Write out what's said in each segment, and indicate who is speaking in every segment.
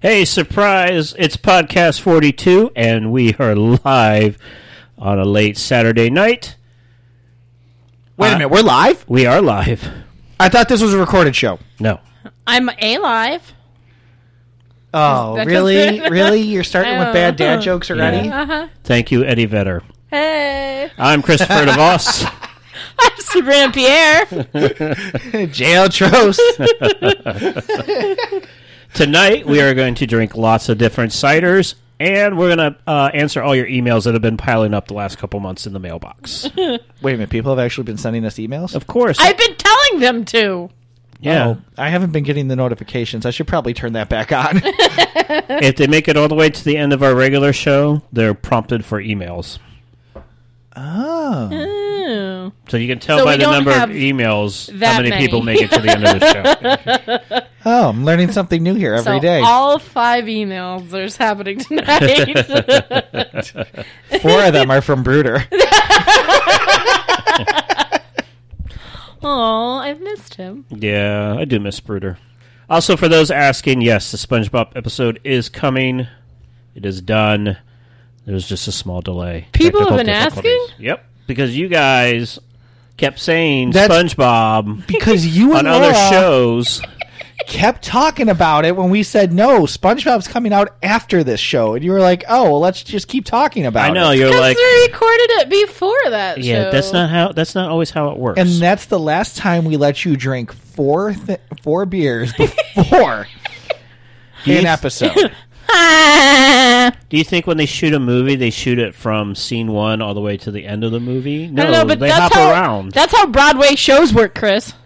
Speaker 1: Hey, surprise! It's Podcast 42, and we are live on a late Saturday night.
Speaker 2: Wait a minute, we're live?
Speaker 1: We are live.
Speaker 2: Uh, I thought this was a recorded show.
Speaker 1: No.
Speaker 3: I'm alive.
Speaker 2: Oh,
Speaker 3: That
Speaker 2: really?
Speaker 3: doesn't-
Speaker 2: really? You're starting with bad dad jokes already?
Speaker 1: Yeah. Thank you, Eddie Vedder.
Speaker 3: Hey,
Speaker 1: I'm Christopher DeVos.
Speaker 3: I'm Sabrina Pierre.
Speaker 2: Jail Trost.
Speaker 1: Tonight, we are going to drink lots of different ciders, and we're going to uh, answer all your emails that have been piling up the last couple months in the mailbox.
Speaker 2: Wait a minute, people have actually been sending us emails?
Speaker 1: Of course.
Speaker 3: I've been telling them to.
Speaker 1: yeah.
Speaker 2: Oh, I haven't been getting the notifications. I should probably turn that back on.
Speaker 1: if they make it all the way to the end of our regular show, they're prompted for emails.
Speaker 2: oh.
Speaker 3: Ooh.
Speaker 1: So you can tell
Speaker 3: So
Speaker 1: by
Speaker 3: we
Speaker 1: the
Speaker 3: don't
Speaker 1: number of
Speaker 3: have
Speaker 1: emails how
Speaker 3: that
Speaker 1: many,
Speaker 3: many.
Speaker 1: people make it to the end of the show.
Speaker 2: oh, I'm learning something new here every
Speaker 3: So
Speaker 2: day.
Speaker 3: all five emails there's happening tonight.
Speaker 2: Four of them are from Bruder.
Speaker 3: Oh, I've missed him.
Speaker 1: yeah, I do miss Bruder. Also, for those asking, yes, the SpongeBob episode is coming. It is done. There's just a small delay.
Speaker 3: People have
Speaker 1: Technical
Speaker 3: been
Speaker 1: difficulties.
Speaker 3: asking?
Speaker 1: Yep, because you guys kept saying
Speaker 2: That's-
Speaker 1: SpongeBob
Speaker 2: Because you
Speaker 1: on
Speaker 2: and
Speaker 1: other
Speaker 2: Laura
Speaker 1: shows.
Speaker 2: kept talking about it when we said no, SpongeBob's coming out after this show. And you were like, oh, well, let's just keep talking about
Speaker 1: I know
Speaker 2: it.
Speaker 1: you're
Speaker 3: Because
Speaker 1: like,
Speaker 3: we recorded it before that.
Speaker 1: yeah,
Speaker 3: show.
Speaker 1: that's not how. That's not always how it works.
Speaker 2: And that's the last time we let you drink four th- four beers before
Speaker 1: you
Speaker 2: an
Speaker 1: th-
Speaker 2: episode.
Speaker 3: Ah.
Speaker 1: Do you think when they shoot a movie, they shoot it from scene one all the way to the end of the movie? No,
Speaker 3: I don't know, but
Speaker 1: they hop
Speaker 3: that's how
Speaker 1: around.
Speaker 3: that's how Broadway shows work, Chris.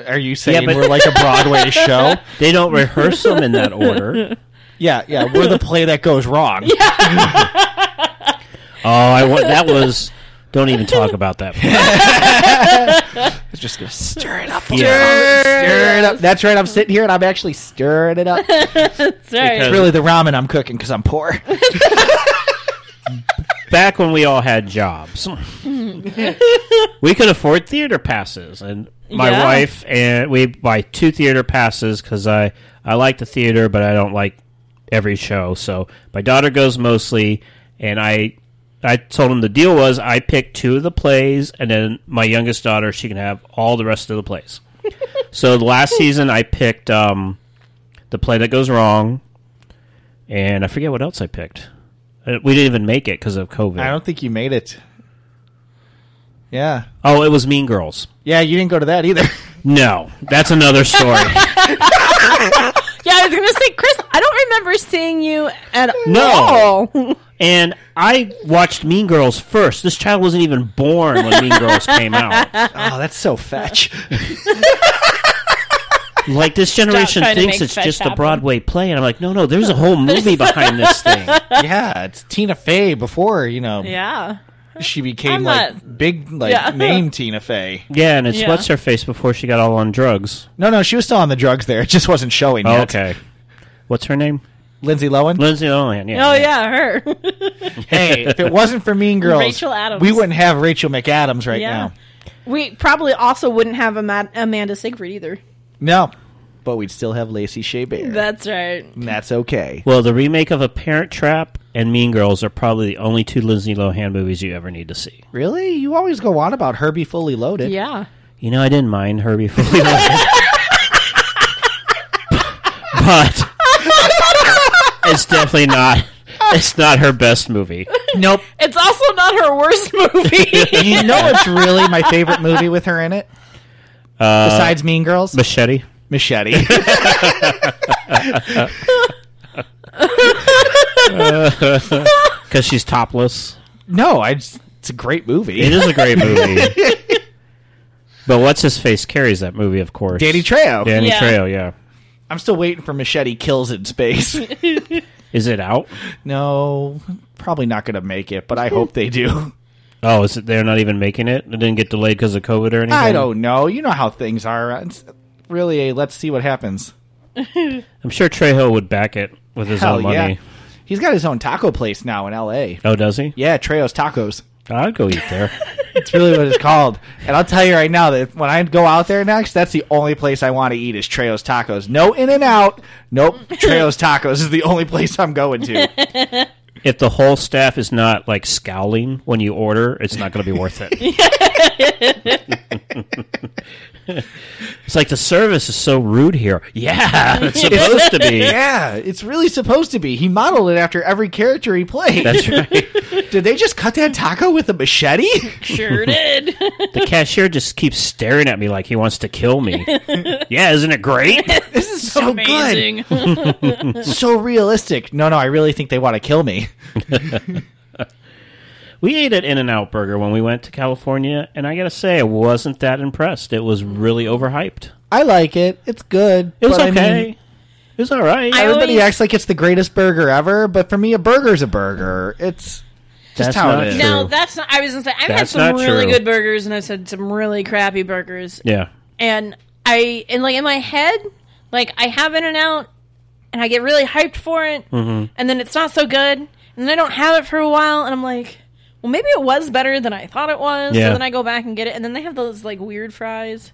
Speaker 2: Are you saying
Speaker 1: but-
Speaker 2: we're like a Broadway show?
Speaker 1: They don't rehearse them in that order.
Speaker 2: Yeah, yeah, we're the play that goes wrong.
Speaker 1: Oh, I want that was. Don't even talk about that. part.
Speaker 2: It's just gonna stir it up,
Speaker 1: Yeah,
Speaker 2: stir it up. That's right. I'm sitting here and I'm actually stirring it up. It's
Speaker 3: Sorry.
Speaker 1: Because-
Speaker 2: really the ramen I'm cooking because I'm poor.
Speaker 1: back when we all had jobs, we could afford theater passes, and my
Speaker 3: Yeah.
Speaker 1: wife and we buy two theater passes because I I like the theater, but I don't like every show. So my daughter goes mostly, and I I told him the deal was I pick two of the plays, and then my youngest daughter she can have all the rest of the plays. so the last season I picked um, the play that goes wrong, and I forget what else I picked. Uh, We didn't even make it because of COVID.
Speaker 2: I don't think you made it. Yeah,
Speaker 1: oh, it was Mean Girls.
Speaker 2: yeah, you didn't go to that either.
Speaker 1: No, that's another story.
Speaker 3: Yeah, I was gonna say, Chris, I don't remember seeing you at
Speaker 1: No.
Speaker 3: all.
Speaker 1: and I watched Mean Girls first. This child wasn't even born when Mean Girls came out.
Speaker 2: Oh, that's so fetch.
Speaker 1: Like this generation
Speaker 3: trying to
Speaker 1: thinks
Speaker 3: make
Speaker 1: it's
Speaker 3: fetch
Speaker 1: just a
Speaker 3: happen.
Speaker 1: Broadway play, and I'm like, no, no, there's a whole movie behind this thing.
Speaker 2: Yeah, it's Tina Fey before you know
Speaker 3: Yeah.
Speaker 2: she became
Speaker 3: I'm
Speaker 2: like
Speaker 3: not-
Speaker 2: big like
Speaker 3: Yeah.
Speaker 2: name Tina Fey.
Speaker 1: Yeah, and it's
Speaker 3: Yeah.
Speaker 1: what's her face before she got all on drugs.
Speaker 2: No, no, she was still on the drugs there. It just wasn't showing
Speaker 1: Oh,
Speaker 2: yet.
Speaker 1: okay, what's her name?
Speaker 2: Lindsay Lohan.
Speaker 1: Lindsay Lohan. Yeah.
Speaker 3: Oh yeah, her.
Speaker 2: hey, if it wasn't for Mean Girls,
Speaker 3: Rachel Adams.
Speaker 2: we wouldn't have Rachel McAdams right
Speaker 3: yeah.
Speaker 2: now.
Speaker 3: We probably also wouldn't have Ama- Amanda Siegfried either.
Speaker 2: No, but we'd still have Lacey Chabert.
Speaker 3: That's right.
Speaker 2: and that's okay.
Speaker 1: Well, the remake of A Parent Trap and Mean Girls are probably the only two Lindsay Lohan movies you ever need to see.
Speaker 2: Really? You always go on about Herbie Fully Loaded.
Speaker 3: Yeah.
Speaker 1: You know, I didn't mind her before. we left. but it's definitely not. It's not her best movie.
Speaker 2: Nope.
Speaker 3: It's also not her worst movie.
Speaker 2: you know it's really my favorite movie with her in it?
Speaker 1: Uh,
Speaker 2: Besides Mean Girls?
Speaker 1: Machete.
Speaker 2: Machete.
Speaker 1: Because she's topless.
Speaker 2: no, I just, it's a great movie.
Speaker 1: It is a great movie. but what's his face carries that movie, of course.
Speaker 2: Danny Trejo.
Speaker 1: Danny
Speaker 3: Yeah.
Speaker 1: Trejo. Yeah.
Speaker 2: I'm still waiting for Machete Kills in Space.
Speaker 1: Is it out?
Speaker 2: no, probably not going to make it, but I hope they do.
Speaker 1: Oh, is it? They're not even making it. It didn't get delayed because of COVID or anything.
Speaker 2: I don't know. You know how things are. It's really, a let's see what happens.
Speaker 1: I'm sure Trejo would back it with his
Speaker 2: Hell
Speaker 1: own
Speaker 2: yeah.
Speaker 1: money.
Speaker 2: He's got his own taco place now in L.A.
Speaker 1: Oh, does he?
Speaker 2: Yeah, Trejo's Tacos.
Speaker 1: I'd go eat there.
Speaker 2: It's really what it's called. And I'll tell you right now that when I go out there next, that's the only place I want to eat is Trejo's Tacos. No In and Out. Nope. Trejo's Tacos is the only place I'm going to.
Speaker 1: if the whole staff is not like scowling when you order, it's not going to be worth it. it's like the service is so rude here. Yeah, it's supposed to be.
Speaker 2: yeah, it's really supposed to be. He modeled it after every character he played.
Speaker 1: That's right.
Speaker 2: Did they just cut that taco with a machete?
Speaker 3: Sure did.
Speaker 1: The cashier just keeps staring at me like he wants to kill me. yeah, isn't it great?
Speaker 2: This is
Speaker 1: Oh,
Speaker 2: so good.
Speaker 3: Amazing.
Speaker 2: So realistic. No, no, I really think they want to kill me.
Speaker 1: We ate at In N Out Burger when we went to California, and I got to say, I wasn't that impressed. It was really overhyped.
Speaker 2: I like it. It's good.
Speaker 1: It was
Speaker 2: but I mean,
Speaker 1: okay. it was all right.
Speaker 3: I-
Speaker 2: everybody
Speaker 3: always-
Speaker 2: acts like it's the greatest burger ever, but for me, a burger's a burger. It's just
Speaker 1: That's
Speaker 2: how
Speaker 1: not
Speaker 2: it is.
Speaker 1: true.
Speaker 3: No, that's not. I was gonna say I've
Speaker 1: That's
Speaker 3: had some
Speaker 1: not
Speaker 3: really
Speaker 1: true.
Speaker 3: good burgers, and I've had some really crappy burgers.
Speaker 1: yeah.
Speaker 3: And I and like in my head, like I have In and Out, and I get really hyped for it,
Speaker 1: Mm-hmm.
Speaker 3: and then it's not so good, and then I don't have it for a while, and I'm like, well, maybe it was better than I thought it was.
Speaker 1: Yeah.
Speaker 3: So then I go back and get it, and then they have those like weird fries.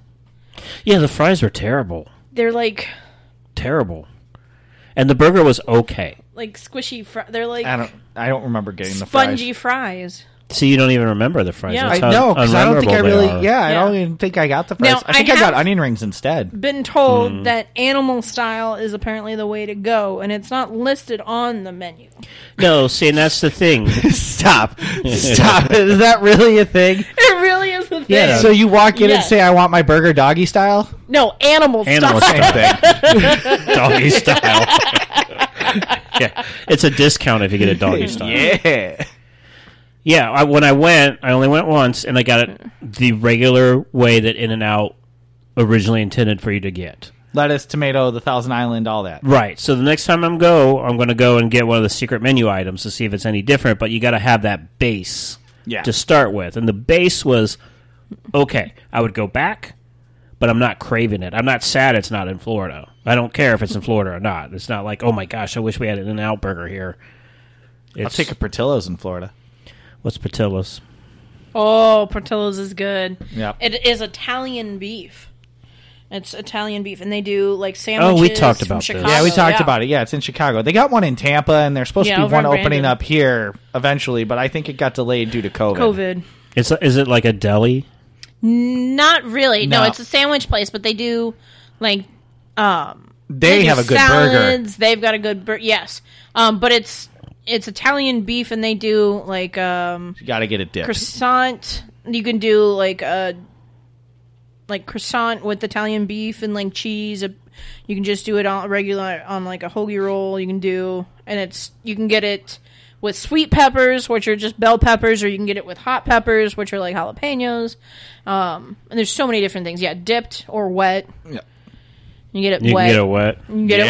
Speaker 1: Yeah, the fries were terrible.
Speaker 3: They're like
Speaker 1: Terrible. And the burger was okay.
Speaker 3: like squishy. Fr- they're like
Speaker 2: I don't. I don't remember getting the fries.
Speaker 3: spongy fries.
Speaker 1: See, you don't even remember the fries.
Speaker 3: Yeah.
Speaker 1: That's
Speaker 2: I
Speaker 1: how
Speaker 2: know because I don't think I
Speaker 1: unmemorable they
Speaker 2: really.
Speaker 1: are.
Speaker 2: Yeah, I
Speaker 3: Yeah.
Speaker 2: don't even think I got the fries.
Speaker 3: Now,
Speaker 2: I think
Speaker 3: I
Speaker 2: I, got
Speaker 3: have-
Speaker 2: onion rings instead.
Speaker 3: been told that animal style is apparently the way to go, and it's not listed on the menu.
Speaker 1: No, see, and that's the thing.
Speaker 2: Stop! Stop! it. Is that really a thing?
Speaker 3: It really is the thing.
Speaker 1: Yeah.
Speaker 2: So you walk in and
Speaker 3: Yes.
Speaker 2: say, "I want my burger doggy style."
Speaker 3: No, animal,
Speaker 1: Animal
Speaker 3: style.
Speaker 1: style.
Speaker 2: thing.
Speaker 1: doggy style. yeah, it's a discount if you get a doggy style.
Speaker 2: yeah.
Speaker 1: Yeah, I, when I went, I only went once, and I got it the regular way that In and Out originally intended for you to get.
Speaker 2: Lettuce, tomato, the Thousand Island, all that.
Speaker 1: Right. So the next time I'm go, I'm going to go and get one of the secret menu items to see if it's any different. But you got to have that base
Speaker 2: Yeah.
Speaker 1: to start with, and the base was okay. I would go back, but I'm not craving it. I'm not sad it's not in Florida. I don't care if it's in Florida or not. It's not like oh my gosh, I wish we had an In-N-Out burger here.
Speaker 2: I'll
Speaker 1: It's,
Speaker 2: take a Portillo's in Florida.
Speaker 1: what's Patillas?
Speaker 3: Oh, Portillo's is good.
Speaker 2: Yeah.
Speaker 3: It is Italian beef. It's Italian beef, and they do like
Speaker 1: we
Speaker 3: sandwiches.
Speaker 1: talked
Speaker 3: from
Speaker 1: about this.
Speaker 3: Chicago.
Speaker 2: Yeah, we talked about it. Yeah, it's in Chicago. They got one in Tampa, and there's supposed
Speaker 3: Yeah,
Speaker 2: to be
Speaker 3: over
Speaker 2: one
Speaker 3: in
Speaker 2: opening
Speaker 3: Brandon.
Speaker 2: up here eventually, but I think it got delayed due to COVID.
Speaker 3: COVID.
Speaker 1: It's is it like a deli?
Speaker 3: Not really. No.
Speaker 2: No.
Speaker 3: it's a sandwich place, but they do like um
Speaker 2: They
Speaker 3: do
Speaker 2: have a good burger.
Speaker 3: salads. They've got a good burger. Yes, um, but it's it's Italian beef, and they do like um
Speaker 2: You got to get it dipped.
Speaker 3: croissant. You can do like a like croissant with Italian beef and like cheese. A- You can just do it on regular on like a hoagie roll. You can do and it's you can get it with sweet peppers, which are just bell peppers, or you can get it with hot peppers, which are like jalapenos. Um, and there's so many different things. Yeah, dipped or wet.
Speaker 2: Yeah.
Speaker 3: You get it
Speaker 1: You
Speaker 3: wet.
Speaker 1: can get it wet.
Speaker 3: You can get
Speaker 2: Yeah.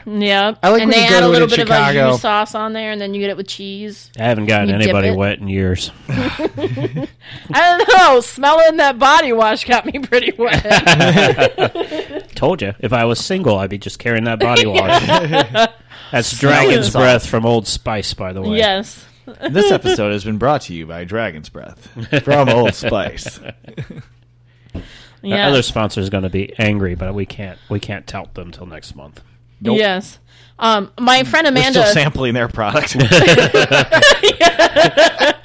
Speaker 3: it wet. Yeah.
Speaker 2: I like
Speaker 3: and
Speaker 2: when
Speaker 3: they
Speaker 2: you go
Speaker 3: add
Speaker 2: to
Speaker 3: a
Speaker 2: it
Speaker 3: little
Speaker 2: in
Speaker 3: bit of
Speaker 2: Chicago.
Speaker 3: a jus sauce on there, and then you get it with cheese.
Speaker 1: I haven't gotten
Speaker 3: You dip
Speaker 1: anybody
Speaker 3: it.
Speaker 1: wet in years.
Speaker 3: I don't know. Smelling that body wash got me pretty wet.
Speaker 1: Told you, if I was single, I'd be just carrying that body wash. That's dragon's
Speaker 2: it's all-
Speaker 1: breath from Old Spice, by the way.
Speaker 3: yes.
Speaker 2: this episode has been brought to you by Dragon's Breath from Old Spice.
Speaker 1: Our
Speaker 3: Yes.
Speaker 1: other sponsor is going to be angry, but we can't we can't tout them till next month.
Speaker 2: Nope.
Speaker 3: Yes. Um, my friend
Speaker 2: We're still
Speaker 3: Amanda.
Speaker 2: sampling their product.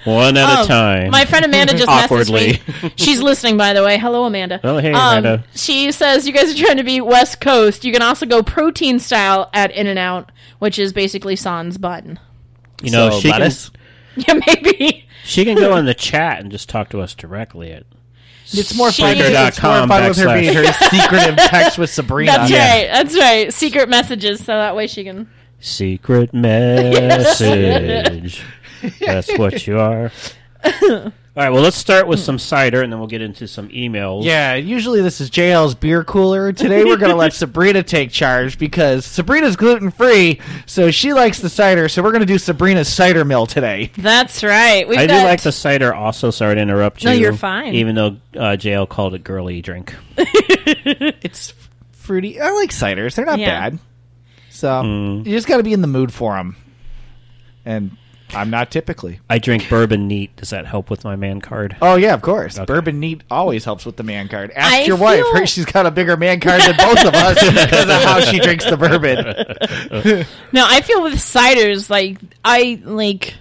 Speaker 1: One at a time.
Speaker 3: Um, Oh, My friend Amanda just
Speaker 1: Awkwardly.
Speaker 3: messaged me. She's listening, by the way. Hello, Amanda.
Speaker 1: Oh, hey,
Speaker 3: Um,
Speaker 1: Amanda.
Speaker 3: She says you guys are trying to be West Coast. You can also go protein style at In and Out, which is basically sans bun.
Speaker 1: you know,
Speaker 2: So,
Speaker 1: she can,
Speaker 2: lettuce?
Speaker 3: Yeah, maybe.
Speaker 1: she can go in the chat and just talk to us directly. At
Speaker 2: It's more
Speaker 3: She-
Speaker 2: fun, it's more
Speaker 1: Spreaker.com
Speaker 2: fun with her
Speaker 1: backslash-
Speaker 2: being her secretive text with Sabrina.
Speaker 3: That's
Speaker 1: Yeah.
Speaker 3: right. That's right. Secret messages, so that way she can.
Speaker 1: secret message. That's what you are. All right, well, let's start with some cider, and then we'll get into some emails.
Speaker 2: Yeah, usually this is JL's beer cooler. Today we're going to let Sabrina take charge because Sabrina's gluten free, so she likes the cider. So we're going to do Sabrina's cider mill today.
Speaker 3: That's right. We've
Speaker 1: I do
Speaker 3: got-
Speaker 1: like the cider. Also, sorry to interrupt you.
Speaker 3: No, you're fine.
Speaker 1: Even though uh, JL called it girly drink.
Speaker 2: It's fruity. I like ciders; they're not Mm.
Speaker 3: Yeah.
Speaker 2: bad. So you just got to be in the mood for them. And I'm not typically.
Speaker 1: I drink bourbon neat. Does that help with my man card?
Speaker 2: Oh yeah, of course. Bourbon neat always helps with the man card. Ask
Speaker 3: I
Speaker 2: your wife;
Speaker 3: feel-
Speaker 2: her, she's got a bigger man card than both of us because of how she drinks the bourbon.
Speaker 3: No, I feel with ciders like I like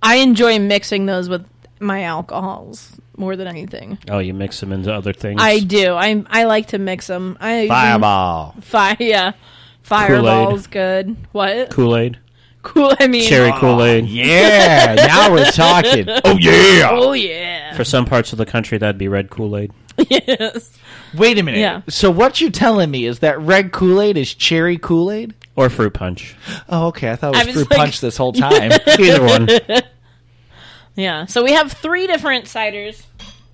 Speaker 3: I enjoy mixing those with my alcohols more than anything.
Speaker 1: Oh, you mix them into other things.
Speaker 3: I do. I I like to mix them. I
Speaker 2: Fireball.
Speaker 3: Fi- yeah. Fireball's good. What?
Speaker 1: Kool Aid,
Speaker 3: Cool. I mean,
Speaker 1: cherry Kool Aid.
Speaker 2: Oh, Yeah, now we're talking. Oh yeah.
Speaker 3: Oh yeah.
Speaker 1: For some parts of the country, that'd be red Kool Aid.
Speaker 3: yes.
Speaker 2: Wait a minute.
Speaker 3: Yeah.
Speaker 2: So what you're telling me is that red Kool Aid is cherry Kool Aid?
Speaker 1: Or fruit punch.
Speaker 2: Oh, okay. I thought it was,
Speaker 3: I was
Speaker 2: fruit
Speaker 3: like-
Speaker 2: punch this whole time.
Speaker 1: Either one.
Speaker 3: Yeah. So we have three different ciders.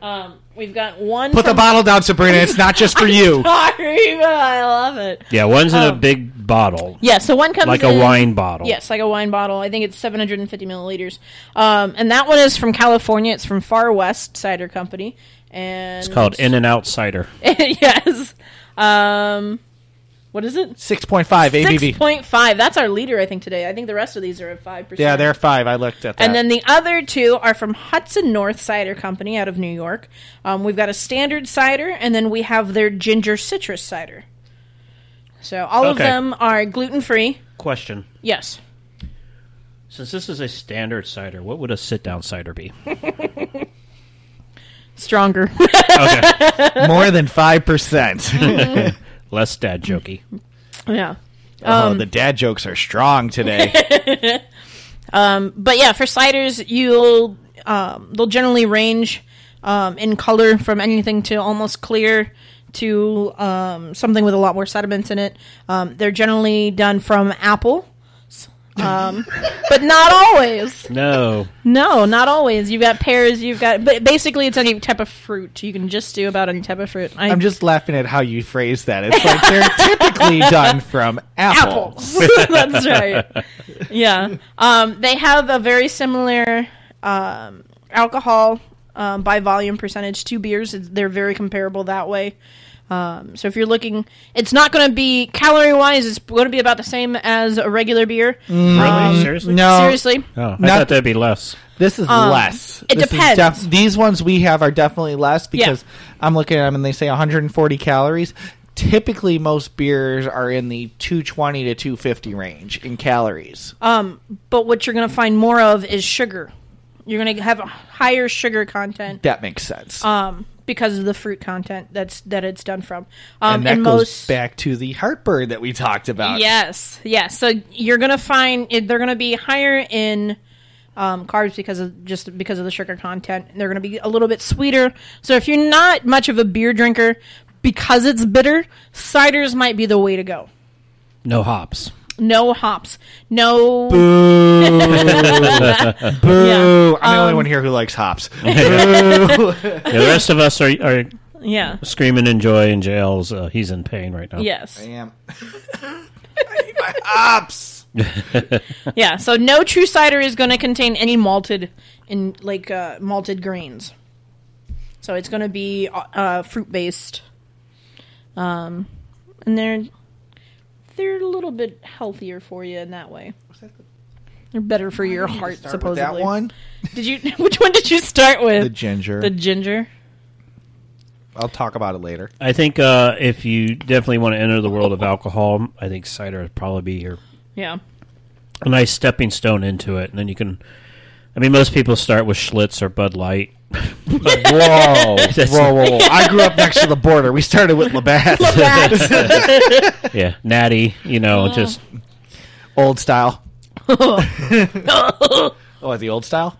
Speaker 3: Um, we've got one.
Speaker 2: Put the
Speaker 3: from-
Speaker 2: bottle down, Sabrina. It's not just for you.
Speaker 3: Sorry, but I love it.
Speaker 1: Yeah, one's in a
Speaker 3: Um,
Speaker 1: big bottle,
Speaker 3: Yeah. So one comes
Speaker 1: like a
Speaker 3: in-
Speaker 1: wine bottle.
Speaker 3: Mm-hmm. Yes, like a wine bottle. I think it's 750 milliliters. Um, and that one is from California. It's from Far West Cider Company. And
Speaker 1: It's called In and Out Cider.
Speaker 3: yes. Um, what is it?
Speaker 2: Six point five
Speaker 3: Six
Speaker 2: ABV.
Speaker 3: point five. That's our leader, I think today. I think the rest of these are at five percent.
Speaker 2: Yeah, they're five. I looked at that.
Speaker 3: And then the other two are from Hudson North Cider Company out of New York. Um, we've got a standard cider, and then we have their ginger citrus cider. So all of
Speaker 1: Okay.
Speaker 3: them are gluten free.
Speaker 1: Question.
Speaker 3: Yes.
Speaker 1: Since this is a standard cider, what would a sit down cider be?
Speaker 3: Stronger.
Speaker 1: Okay.
Speaker 2: more than five percent.
Speaker 1: Less dad jokey.
Speaker 3: yeah.
Speaker 2: oh,
Speaker 3: Um,
Speaker 2: the dad jokes are strong today.
Speaker 3: but yeah, for ciders, you'll um, they'll generally range um, in color from anything to almost clear to um, something with a lot more sediments in it. Um, they're generally done from apple, um, but not always.
Speaker 1: No.
Speaker 3: No, not always. You've got pears. You've got, but basically, it's any type of fruit. You can just do about any type of fruit. I,
Speaker 2: I'm just laughing at how you phrase that. It's like they're typically done from apples.
Speaker 3: apples. That's right. Yeah. Um, they have a very similar um, alcohol um, by volume percentage to beers. It's- They're very comparable that way. Um, so if you're looking, it's not going to be calorie wise. It's going to be about the same as a regular beer.
Speaker 1: really? Seriously?
Speaker 2: Mm, No,
Speaker 3: Seriously.
Speaker 1: Oh, I
Speaker 2: Not-
Speaker 1: thought that'd be less.
Speaker 2: this is less.
Speaker 3: Um, it
Speaker 2: This is
Speaker 3: depends.
Speaker 2: these ones we have are definitely less
Speaker 3: Yeah.
Speaker 2: because I'm looking at them and they say 140 calories. Typically, most beers are in the 220 to 250 range in calories.
Speaker 3: Uh, But what you're going to find more of is sugar. You're going to have a higher sugar content
Speaker 2: that makes sense.
Speaker 3: um, because of the fruit content that's that it's done from. Um,
Speaker 2: and that goes
Speaker 3: most
Speaker 2: back to the heartburn that we talked about.
Speaker 3: Yes, yes. So you're gonna find it- they're gonna be higher in um, carbs because of just because of the sugar content. They're gonna be a little bit sweeter. So if you're not much of a beer drinker, because it's bitter, ciders might be the way to go.
Speaker 1: No hops.
Speaker 3: No hops, no. Yeah. Um,
Speaker 2: Boo. I'm the only one here who likes hops.
Speaker 1: The rest of us are, are
Speaker 3: yeah.
Speaker 1: screaming in joy, and Jail's, uh, he's in pain right now.
Speaker 3: Yes.
Speaker 2: Damn. I need my hops.
Speaker 3: Yeah. So no true cider is going to contain any malted in like uh, malted grains. So it's going to be uh, uh, fruit based, um, and they're they're a little bit healthier for you in that way. They're better for your heart,
Speaker 2: Start with
Speaker 3: supposedly.
Speaker 2: that one.
Speaker 3: Did you? Which one did you start
Speaker 2: The
Speaker 3: with?
Speaker 2: ginger.
Speaker 3: The ginger.
Speaker 2: I'll talk about it later.
Speaker 1: I think uh, if you definitely want to enter the world of alcohol, I think cider would probably be your
Speaker 3: Yeah.
Speaker 1: a nice stepping stone into it, and then you can. I mean, most people start with Schlitz or Bud Light.
Speaker 2: Whoa. whoa, whoa, whoa. I grew up next to the border. We started with Labatt.
Speaker 1: yeah, Natty. You
Speaker 3: Oh.
Speaker 1: know, just
Speaker 2: old style. oh, the old style?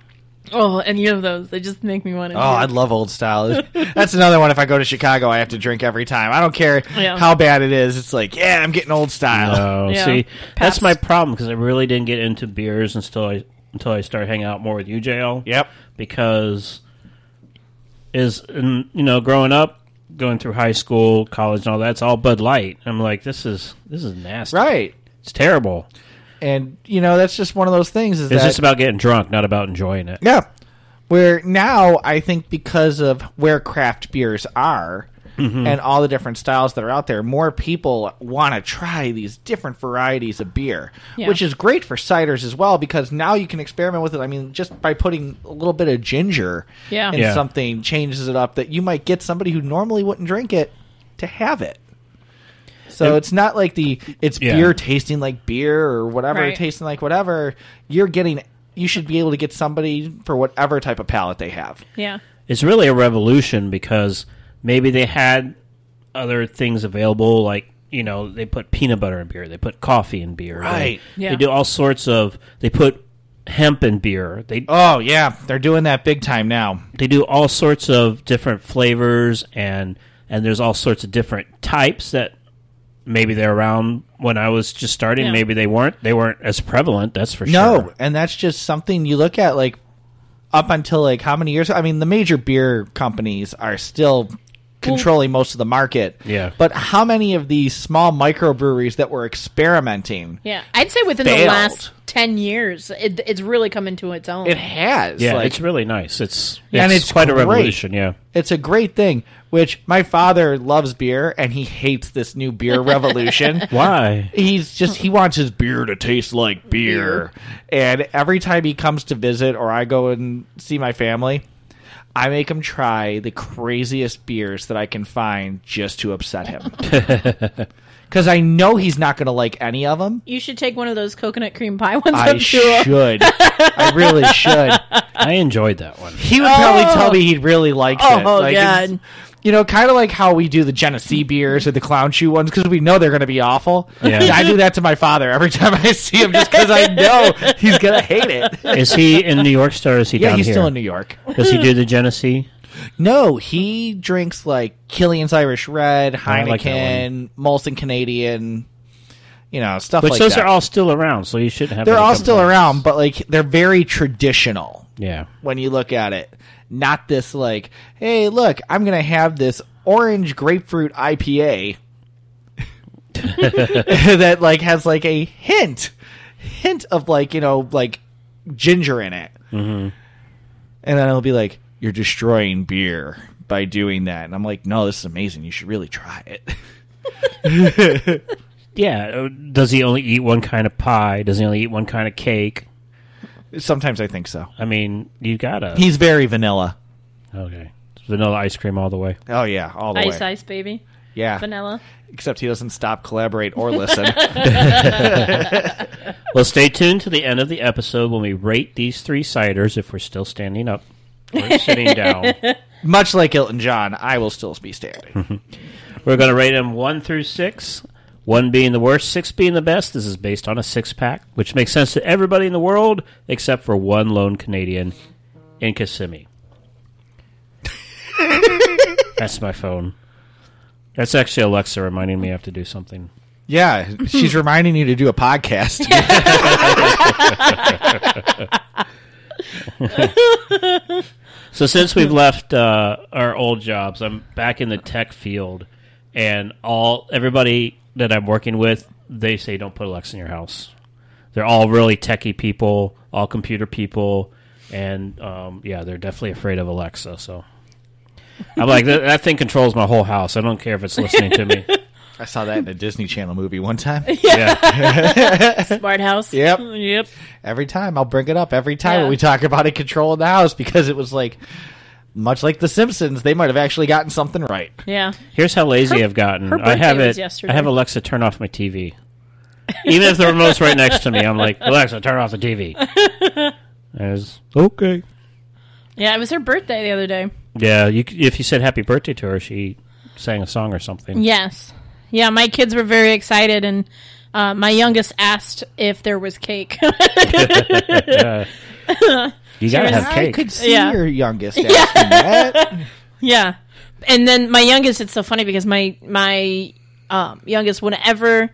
Speaker 3: Oh, any of those? They just make me want to.
Speaker 2: Oh, I love old style. That's another one. If I go to Chicago, I have to drink every time. I don't care
Speaker 3: Yeah.
Speaker 2: how bad it is. It's like, yeah, I'm getting old style.
Speaker 1: oh,
Speaker 3: Yeah.
Speaker 1: see, that's
Speaker 3: Pabst.
Speaker 1: my problem because I really didn't get into beers until I until I started hanging out more with you, JL.
Speaker 2: Yep.
Speaker 1: because is and, you know growing up. Going through high school, college, and all that's all Bud Light. I'm like, this is this is nasty.
Speaker 2: Right.
Speaker 1: It's terrible.
Speaker 2: And, you know, that's just one of those things. Is
Speaker 1: It's
Speaker 2: that,
Speaker 1: just about getting drunk, not about enjoying it.
Speaker 2: Yeah. Where now I think because of where craft beers are,
Speaker 1: Mm-hmm.
Speaker 2: and all the different styles that are out there, more people want to try these different varieties of beer,
Speaker 3: Yeah.
Speaker 2: which is great for ciders as well because now you can experiment with it. I mean, just by putting a little bit of ginger
Speaker 3: Yeah.
Speaker 2: in
Speaker 1: Yeah.
Speaker 2: something changes it up that you might get somebody who normally wouldn't drink it to have it. So
Speaker 1: And-
Speaker 2: it's not like the it's
Speaker 1: Yeah.
Speaker 2: beer tasting like beer or whatever
Speaker 3: Right.
Speaker 2: tasting like whatever. You're getting you should be able to get somebody for whatever type of palate they have.
Speaker 3: Yeah.
Speaker 1: it's really a revolution because maybe they had other things available like you know they put peanut butter in beer they put coffee in beer
Speaker 2: Right.
Speaker 1: they,
Speaker 3: Yeah.
Speaker 1: they do all sorts of they put hemp in beer they
Speaker 2: Oh yeah, they're doing that big time now.
Speaker 1: they do all sorts of different flavors and and there's all sorts of different types that maybe they're around when I was just starting
Speaker 3: Yeah.
Speaker 1: maybe they weren't they weren't as prevalent that's for
Speaker 2: No,
Speaker 1: sure
Speaker 2: and that's just something you look at like up until like how many years? I mean, the major beer companies are still controlling most of the market.
Speaker 1: Yeah.
Speaker 2: But how many of these small microbreweries that were experimenting?
Speaker 3: Yeah. I'd say within the
Speaker 2: Failed.
Speaker 3: last 10 years, it, it's really come into its own.
Speaker 2: It has.
Speaker 1: yeah
Speaker 2: like-
Speaker 1: it's really nice it's, it's
Speaker 2: And it's
Speaker 1: quite a
Speaker 2: great.
Speaker 1: revolution yeah
Speaker 2: It's a great thing, which my father loves beer and he hates this new beer revolution.
Speaker 1: why
Speaker 2: He's just he wants his beer to taste like beer. And every time he comes to visit or I go and see my family, I make him try the craziest beers that I can find just to upset him. Cuz I know he's not going to like any of them.
Speaker 3: you should take one of those coconut cream pie ones
Speaker 2: I
Speaker 3: up to him.
Speaker 2: should. I really should.
Speaker 1: I enjoyed that one
Speaker 2: He would probably tell me he really likes it.
Speaker 3: Oh,
Speaker 2: Like,
Speaker 3: God.
Speaker 2: it's- You know, kind of like how we do the Genesee beers or the clown shoe ones because we know they're going to be awful.
Speaker 1: Yeah.
Speaker 2: I do that to my father every time I see him just because I know he's going to hate it.
Speaker 1: is he in New York still or is he
Speaker 2: Yeah,
Speaker 1: down
Speaker 2: he's
Speaker 1: here
Speaker 2: still in New York.
Speaker 1: does he do the Genesee
Speaker 2: No, he drinks like Killian's Irish Red,
Speaker 1: I like that
Speaker 2: Heineken, Molson Canadian, you know, stuff
Speaker 1: Which
Speaker 2: like
Speaker 1: those
Speaker 2: that.
Speaker 1: are all still around, so you shouldn't have.
Speaker 2: they're
Speaker 1: any
Speaker 2: all still
Speaker 1: complaints.
Speaker 2: around, but like they're very traditional.
Speaker 1: Yeah,
Speaker 2: when you look at it. Not this like, hey, look, I'm gonna have this orange grapefruit IPA that like has like a hint, hint of like you know like ginger in it, mm-hmm. and then it'll be like you're destroying beer by doing that, and I'm like, no, this is amazing. You should really try it.
Speaker 1: yeah. uh, Does he only eat one kind of pie? Does he only eat one kind of cake?
Speaker 2: Sometimes I think so.
Speaker 1: I mean, you gotta.
Speaker 2: He's very vanilla.
Speaker 1: okay, vanilla ice cream all the way.
Speaker 2: Oh yeah, all the
Speaker 3: Ice,
Speaker 2: way.
Speaker 3: ice, baby.
Speaker 2: Yeah,
Speaker 3: Vanilla.
Speaker 2: except he doesn't stop, collaborate, or listen.
Speaker 1: Well, stay tuned to the end of the episode when we rate these three ciders if we're still standing up or sitting down.
Speaker 2: much like Elton John, I will still be standing.
Speaker 1: We're going to rate them one through six. One being the worst, six being the best. This is based on a six pack, which makes sense to everybody in the world except for one lone Canadian in Kissimmee. That's my phone. That's actually Alexa reminding me I have to do something.
Speaker 2: yeah, she's reminding you to do a podcast.
Speaker 1: So since we've left uh, our old jobs, I'm back in the tech field, and all everybody that I'm working with, they say don't put Alexa in your house. They're all really techie people, all computer people, and um, yeah, they're definitely afraid of Alexa. So I'm like, that, that thing controls my whole house. I don't care if it's listening to me.
Speaker 2: I saw that in a Disney Channel movie one time.
Speaker 1: Yeah,
Speaker 3: Smart house.
Speaker 2: Yep.
Speaker 3: Yep.
Speaker 2: Every time I'll bring it up. Every time
Speaker 3: Yeah.
Speaker 2: when we talk about it controlling the house because it was like much like The Simpsons, they might have actually gotten something right.
Speaker 3: Yeah.
Speaker 1: here's how lazy I've gotten.
Speaker 3: her
Speaker 1: I have
Speaker 3: birthday
Speaker 1: it.
Speaker 3: was yesterday.
Speaker 1: I have Alexa turn off my TV. Even if the remote's right next to me, I'm like, Alexa, turn off the TV. There's
Speaker 2: Okay.
Speaker 3: Yeah. It was her birthday the other day.
Speaker 1: Yeah, you, c- if you said happy birthday to her, she sang a song or something.
Speaker 3: Yes. Yeah, my kids were very excited, and uh, my youngest asked if there was cake.
Speaker 1: You gotta
Speaker 3: Cheers.
Speaker 1: have
Speaker 2: I
Speaker 1: cake.
Speaker 2: could see
Speaker 3: Yeah.
Speaker 2: your youngest asking that.
Speaker 3: yeah, and then my youngest. It's so funny because my my um, youngest, whenever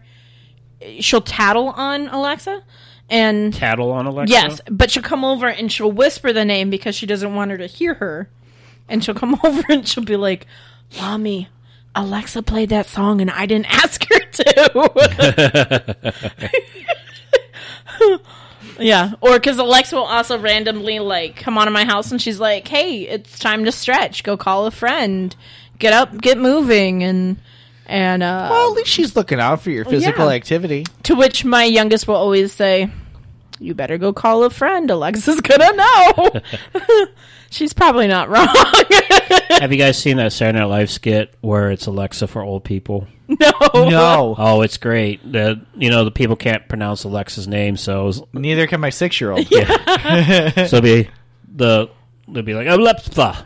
Speaker 3: she'll tattle on Alexa, and
Speaker 1: Cattle on Alexa.
Speaker 3: yes, but she'll come over and she'll whisper the name because she doesn't want her to hear her, and she'll come over and she'll be like, "Mommy." Alexa played that song and I didn't ask her to. yeah. Or because Alexa will also randomly like come onto my house and she's like, hey, it's time to stretch. Go call a friend. get up, get moving, and and uh,
Speaker 2: Well, at least she's looking out for your physical
Speaker 3: yeah.
Speaker 2: activity.
Speaker 3: to which my youngest will always say, "You better go call a friend. Alexa's gonna know." She's probably not wrong.
Speaker 1: Have you guys seen that Saturday Night Live skit where it's Alexa for old people?
Speaker 3: no,
Speaker 2: No,
Speaker 1: Oh, it's great. The you know the people can't pronounce Alexa's name, so it's-
Speaker 2: neither can my six-year-old.
Speaker 1: so it'll be the they'll be like Alexa.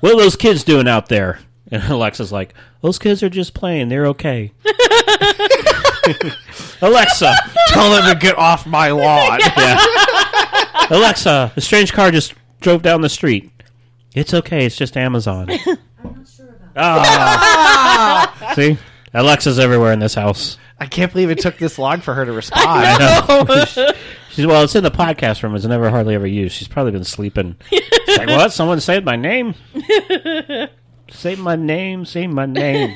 Speaker 1: what are those kids doing out there? And Alexa's like, those kids are just playing. They're okay. Alexa,
Speaker 2: Tell them to get off my lawn.
Speaker 1: yeah. Alexa, a strange car just drove down the street. It's okay. It's just Amazon.
Speaker 4: I'm not sure about
Speaker 1: Ah, see, Alexa's everywhere in this house.
Speaker 2: I can't believe it took this long for her to respond.
Speaker 1: I know. She's well. It's in the podcast room. It's never hardly ever used. She's probably been sleeping. She's like, what? Someone said my name. say my name. Say my name.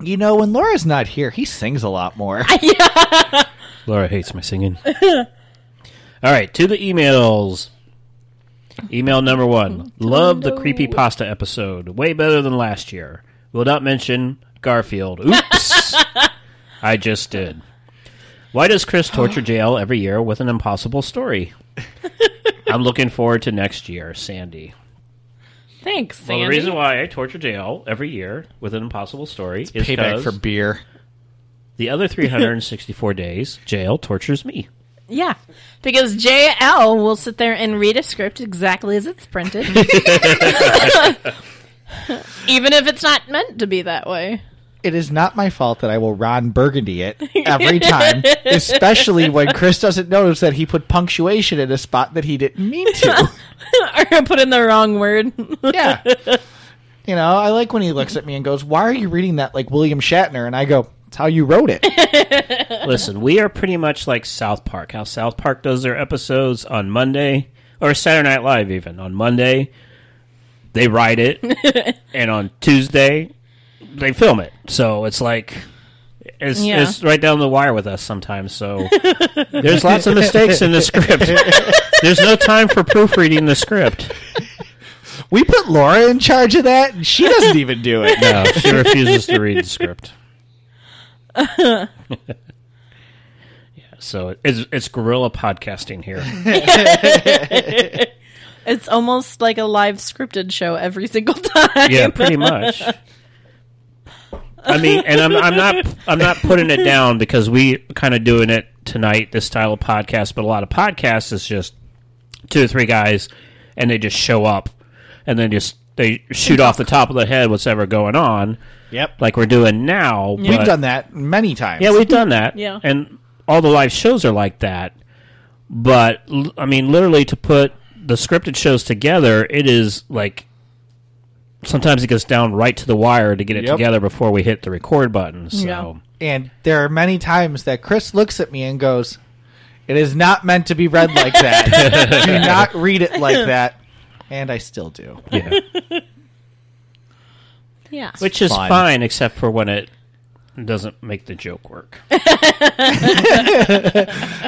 Speaker 2: You know, when Laura's not here, he sings a lot more.
Speaker 1: Laura hates my singing. All right, to the emails. Email number one. Love the creepy pasta episode. Way better than last year. Will not mention Garfield. Oops. I just did. Why does Chris torture JL every year with an impossible story? I'm looking forward to next year, Sandy.
Speaker 3: thanks, Sandy.
Speaker 1: Well, the reason why I torture JL every year with an impossible story is
Speaker 2: Payback
Speaker 1: because
Speaker 2: for beer.
Speaker 1: the other 364 days, JL tortures me.
Speaker 3: Yeah, because JL will sit there and read a script exactly as it's printed. Even if it's not meant to be that way.
Speaker 2: It is not my fault that I will Ron Burgundy it every time, especially when Chris doesn't notice that he put punctuation in a spot that he didn't mean to.
Speaker 3: or put in the wrong word.
Speaker 2: Yeah. You know, I like when he looks at me and goes, Why are you reading that like William Shatner? And I go, It's how you wrote it.
Speaker 1: Listen, we are pretty much like South Park. How South Park does their episodes on Monday or Saturday Night Live, even on Monday, they write it, and on Tuesday, they film it. So it's like it's,
Speaker 3: Yeah.
Speaker 1: it's right down the wire with us sometimes. So there's lots of mistakes in the script. there's no time for proofreading the script.
Speaker 2: We put Laura in charge of that, and she doesn't even do it.
Speaker 1: No, she refuses to read the script. yeah, so it's it's guerrilla podcasting here.
Speaker 3: It's almost like a live scripted show every single time.
Speaker 1: Yeah, pretty much. I mean, and I'm I'm not I'm not putting it down because we kind of doing it tonight this style of podcast, but a lot of podcasts is just two or three guys and they just show up and then just they shoot off the top of the head what's ever going on
Speaker 2: Yep.
Speaker 1: like we're doing now.
Speaker 2: We've
Speaker 1: but-
Speaker 2: done that many times.
Speaker 1: Yeah, we've done that.
Speaker 3: Yeah.
Speaker 1: And all the live shows are like that. But l- I mean, literally, to put the scripted shows together, it is like sometimes it goes down right to the wire to get it
Speaker 2: Yep.
Speaker 1: together before we hit the record button. So
Speaker 2: And there are many times that Chris looks at me and goes, It is not meant to be read like that. do not read it like that. And I still do.
Speaker 1: yeah,
Speaker 3: Yeah.
Speaker 1: which is
Speaker 2: Fine.
Speaker 1: fine, except for when it doesn't make the joke work.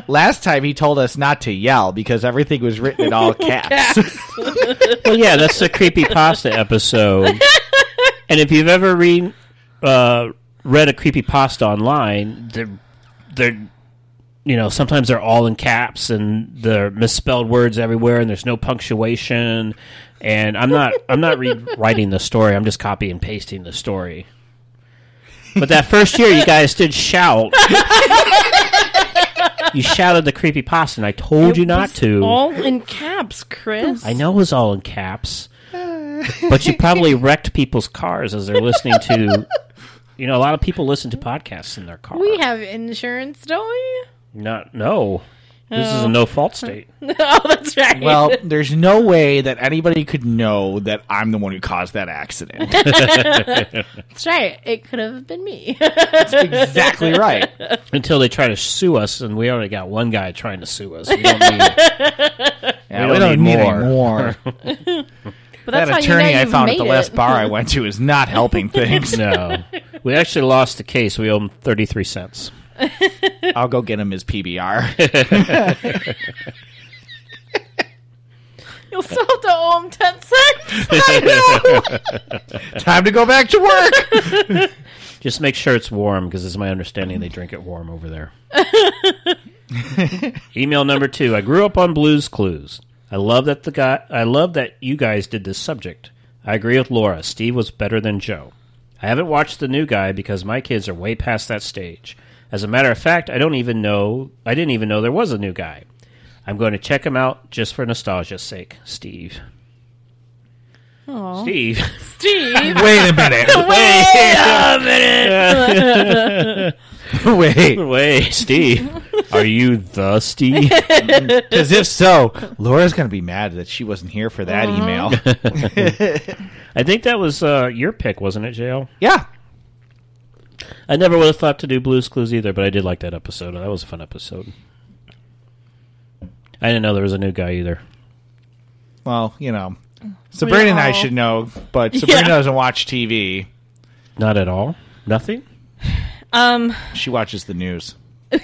Speaker 2: Last time he told us not to yell because everything was written in all caps.
Speaker 1: well, yeah, that's the creepy pasta episode. and if you've ever read uh, read a creepy pasta online, they're they're you know sometimes they're all in caps and they're misspelled words everywhere, and there's no punctuation. And I'm not I'm not rewriting the story. I'm just copy and pasting the story. But that first year, you guys did shout. you shouted the creepy pasta, and I told you not to.
Speaker 3: All in caps, Chris.
Speaker 1: I know it was all in caps, but you probably wrecked people's cars as they're listening to. You know, a lot of people listen to podcasts in their car.
Speaker 3: We have insurance, don't we?
Speaker 1: not no. This is a no fault state.
Speaker 3: oh, that's right.
Speaker 2: well, there's no way that anybody could know that I'm the one who caused that accident.
Speaker 3: that's right. It could have been me.
Speaker 2: That's exactly right.
Speaker 1: Until they try to sue us, and we already got one guy trying to sue us. We don't need,
Speaker 2: Yeah,
Speaker 1: We don't need more.
Speaker 2: more.
Speaker 3: But that's
Speaker 2: that
Speaker 3: how you
Speaker 2: attorney
Speaker 3: know
Speaker 2: I
Speaker 3: you've
Speaker 2: found at
Speaker 3: made
Speaker 2: the
Speaker 3: it.
Speaker 2: last bar I went to is not helping things.
Speaker 1: no, we actually lost the case. We owe him thirty three cents.
Speaker 2: I'll go get him his PBR.
Speaker 3: You'll still have to owe him ten cents. I know.
Speaker 2: Time to go back to work.
Speaker 1: Just make sure it's warm because it's my understanding they drink it warm over there. Email number two. I grew up on Blues Clues. I love that the guy. I love that you guys did this subject. I agree with Laura. Steve was better than Joe. I haven't watched the new guy because my kids are way past that stage. As a matter of fact, I don't even know. I didn't even know there was a new guy. I'm going to check him out just for nostalgia's sake. Steve. Steve.
Speaker 3: Steve.
Speaker 2: Wait a minute.
Speaker 1: Wait a minute.
Speaker 2: Wait.
Speaker 1: Wait, Steve. Are you the Steve?
Speaker 2: Because if so, Laura's going to be mad that she wasn't here for that
Speaker 3: Uh-huh.
Speaker 2: email.
Speaker 1: I think that was uh, your pick, wasn't it, JL?
Speaker 2: yeah.
Speaker 1: I never would have thought to do Blues Clues either, but I did like that episode. That was a fun episode. I didn't know there was a new guy either.
Speaker 2: Well, you know, Sabrina and I
Speaker 3: all-
Speaker 2: should know, but Sabrina
Speaker 3: Yeah.
Speaker 2: doesn't watch TV.
Speaker 1: Not at all. Nothing.
Speaker 3: Um.
Speaker 2: She watches the news.
Speaker 3: Um.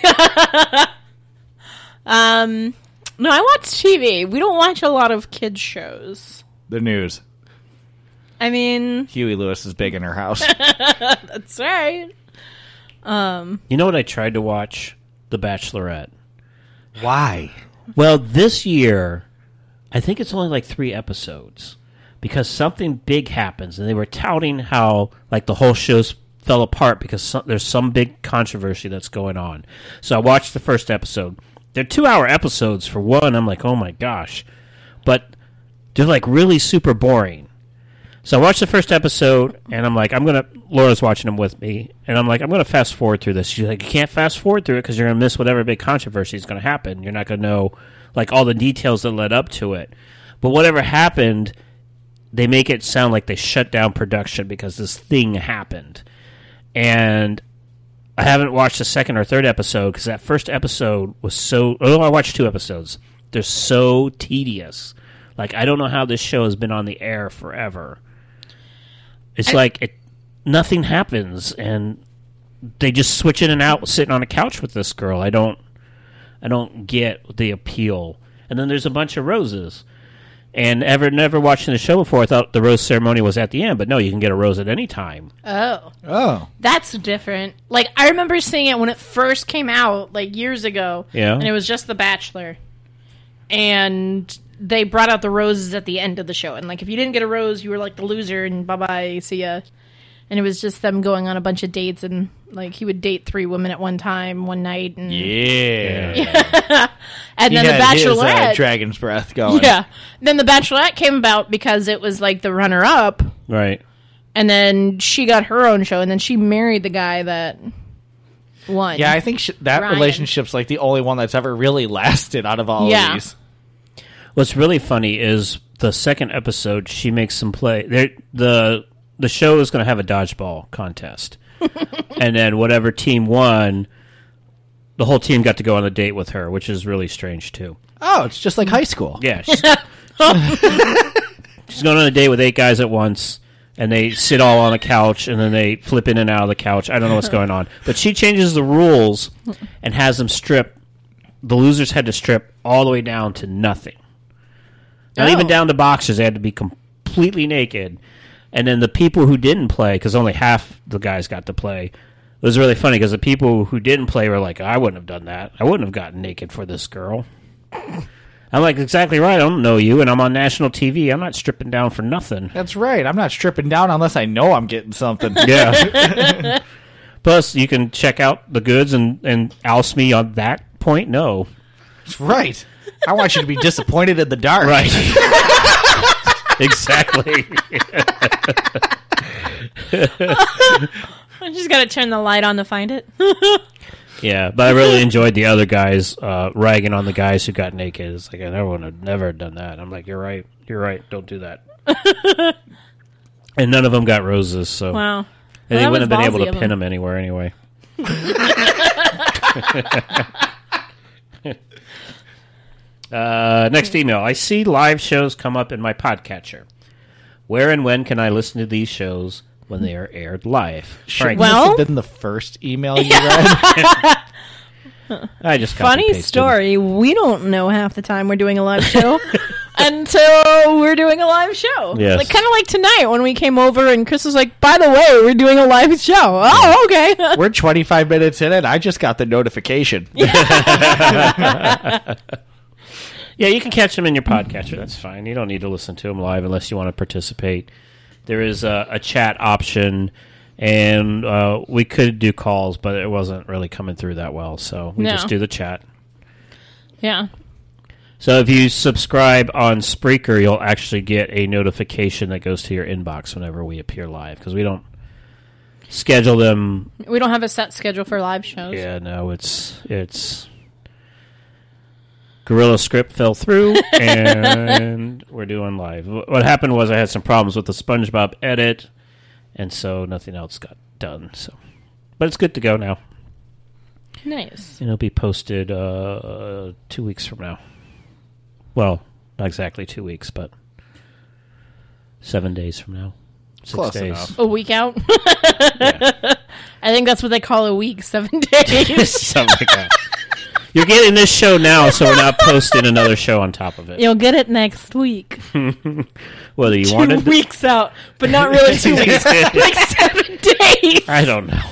Speaker 3: No, I watch TV. We don't watch a lot of kids shows.
Speaker 2: The news.
Speaker 3: I mean,
Speaker 2: Huey Lewis is big in her house.
Speaker 3: that's right.
Speaker 1: You know what? I tried to watch The Bachelorette.
Speaker 2: Why?
Speaker 1: Well, this year, I think it's only like three episodes because something big happens, and they were touting how like the whole show's fell apart because some, there's some big controversy that's going on. So I watched the first episode. They're two hour episodes for one. I'm like, oh my gosh, but they're like really super boring. So I watched the first episode, and I'm like, I'm gonna. Laura's watching them with me, and I'm like, I'm gonna fast forward through this. She's like, you can't fast forward through it because you're gonna miss whatever big controversy is gonna happen. You're not gonna know like all the details that led up to it. But whatever happened, they make it sound like they shut down production because this thing happened, and I haven't watched the second or third episode because that first episode was so. Oh, I watched two episodes. They're so tedious. Like I don't know how this show has been on the air forever. It's like it, nothing happens, and they just switch in and out, sitting on a couch with this girl. I don't, I don't get the appeal. And then there's a bunch of roses. And ever never watching the show before, I thought the rose ceremony was at the end, but no, you can get a rose at any time.
Speaker 3: Oh.
Speaker 2: Oh.
Speaker 3: That's different. Like I remember seeing it when it first came out, like years ago.
Speaker 1: Yeah.
Speaker 3: And it was just The Bachelor. And they brought out the roses at the end of the show. And like if you didn't get a rose, you were like the loser and bye bye, see ya. And it was just them going on a bunch of dates and like he would date three women at one time, one night and
Speaker 2: Yeah.
Speaker 3: and then the
Speaker 2: uh,
Speaker 3: Bachelorette.
Speaker 2: dragon's breath going.
Speaker 3: yeah. Then the Bachelorette came about because it was like the runner up
Speaker 1: Right.
Speaker 3: and then she got her own show and then she married the guy that won.
Speaker 2: Yeah, I think sh- that
Speaker 3: Ryan.
Speaker 2: relationship's like the only one that's ever really lasted out of all
Speaker 3: Yeah.
Speaker 2: of these.
Speaker 1: What's really funny is the second episode. She makes some play. There, the the show is going to have a dodgeball contest, and then whatever team won, the whole team got to go on a date with her, which is really strange too.
Speaker 2: Oh, it's just like high school.
Speaker 1: Yeah, she's, she's going on a date with eight guys at once, and they sit all on a couch, and then they flip in and out of the couch. I don't know what's going on, but she changes the rules and has them strip. The losers had to strip all the way down to nothing. Not even
Speaker 3: Oh.
Speaker 1: down to boxers. They had to be completely naked. And then the people who didn't play, because only half the guys got to play, it was really funny because the people who didn't play were like, I wouldn't have done that. I wouldn't have gotten naked for this girl. I'm like, exactly right. I don't know you, and I'm on national TV. I'm not stripping down for nothing.
Speaker 2: That's right. I'm not stripping down unless I know I'm getting something.
Speaker 1: Yeah. Plus, you can check out the goods and, and oust me on that point. No.
Speaker 2: That's right. I want you to be disappointed in the dark.
Speaker 1: Right. exactly.
Speaker 3: I just gotta turn the light on to find it.
Speaker 1: Yeah, but I really enjoyed the other guys uh, ragging on the guys who got naked. It's like I never would have never done that. I'm like, you're right, you're right. Don't do that. and none of them got roses, so
Speaker 3: wow.
Speaker 1: and they
Speaker 3: that
Speaker 1: wouldn't
Speaker 3: was
Speaker 1: have been able to
Speaker 3: ballsy of
Speaker 1: pin
Speaker 3: them.
Speaker 1: them anywhere anyway. uh, next email. I see live shows come up in my podcatcher. Where and when can I listen to these shows when they are aired live? Frank,
Speaker 2: This
Speaker 3: Well-
Speaker 2: had been the first email you read.
Speaker 1: I just copy
Speaker 3: Funny
Speaker 1: pasted.
Speaker 3: story. We don't know half the time we're doing a live show until we're doing a live show.
Speaker 1: Yes.
Speaker 3: Like kind of like tonight when we came over and Chris was like, "By the way, we're doing a live show." Oh, okay.
Speaker 2: We're 25 minutes in, and I just got the notification.
Speaker 1: Yeah, you can catch them in your podcatcher. That's fine. You don't need to listen to them live unless you want to participate. There is a, a chat option, and uh, we could do calls, but it wasn't really coming through that well. So we
Speaker 3: No.
Speaker 1: just do the chat.
Speaker 3: yeah.
Speaker 1: So if you subscribe on Spreaker, you'll actually get a notification that goes to your inbox whenever we appear live because we don't schedule them.
Speaker 3: We don't have a set schedule for live shows.
Speaker 1: Yeah, no, it's it's Gorilla script fell through and we're doing live. Wh- What happened was I had some problems with the SpongeBob edit, and so nothing else got done. So, but it's good to go now.
Speaker 3: Nice.
Speaker 1: And it'll be posted uh, two weeks from now. Well, not exactly two weeks, but seven days from now. Six
Speaker 2: Close
Speaker 1: days.
Speaker 2: enough.
Speaker 3: A week out.
Speaker 1: Yeah.
Speaker 3: I think that's what they call a week, seven days.
Speaker 1: Something like
Speaker 2: uh,
Speaker 1: that. You're getting this show now, so we're not posting another show on top of it.
Speaker 3: You'll get it next week.
Speaker 1: Whether you
Speaker 3: two
Speaker 1: wanted to-
Speaker 3: weeks out, but not really two weeks. like seven days.
Speaker 1: I don't know.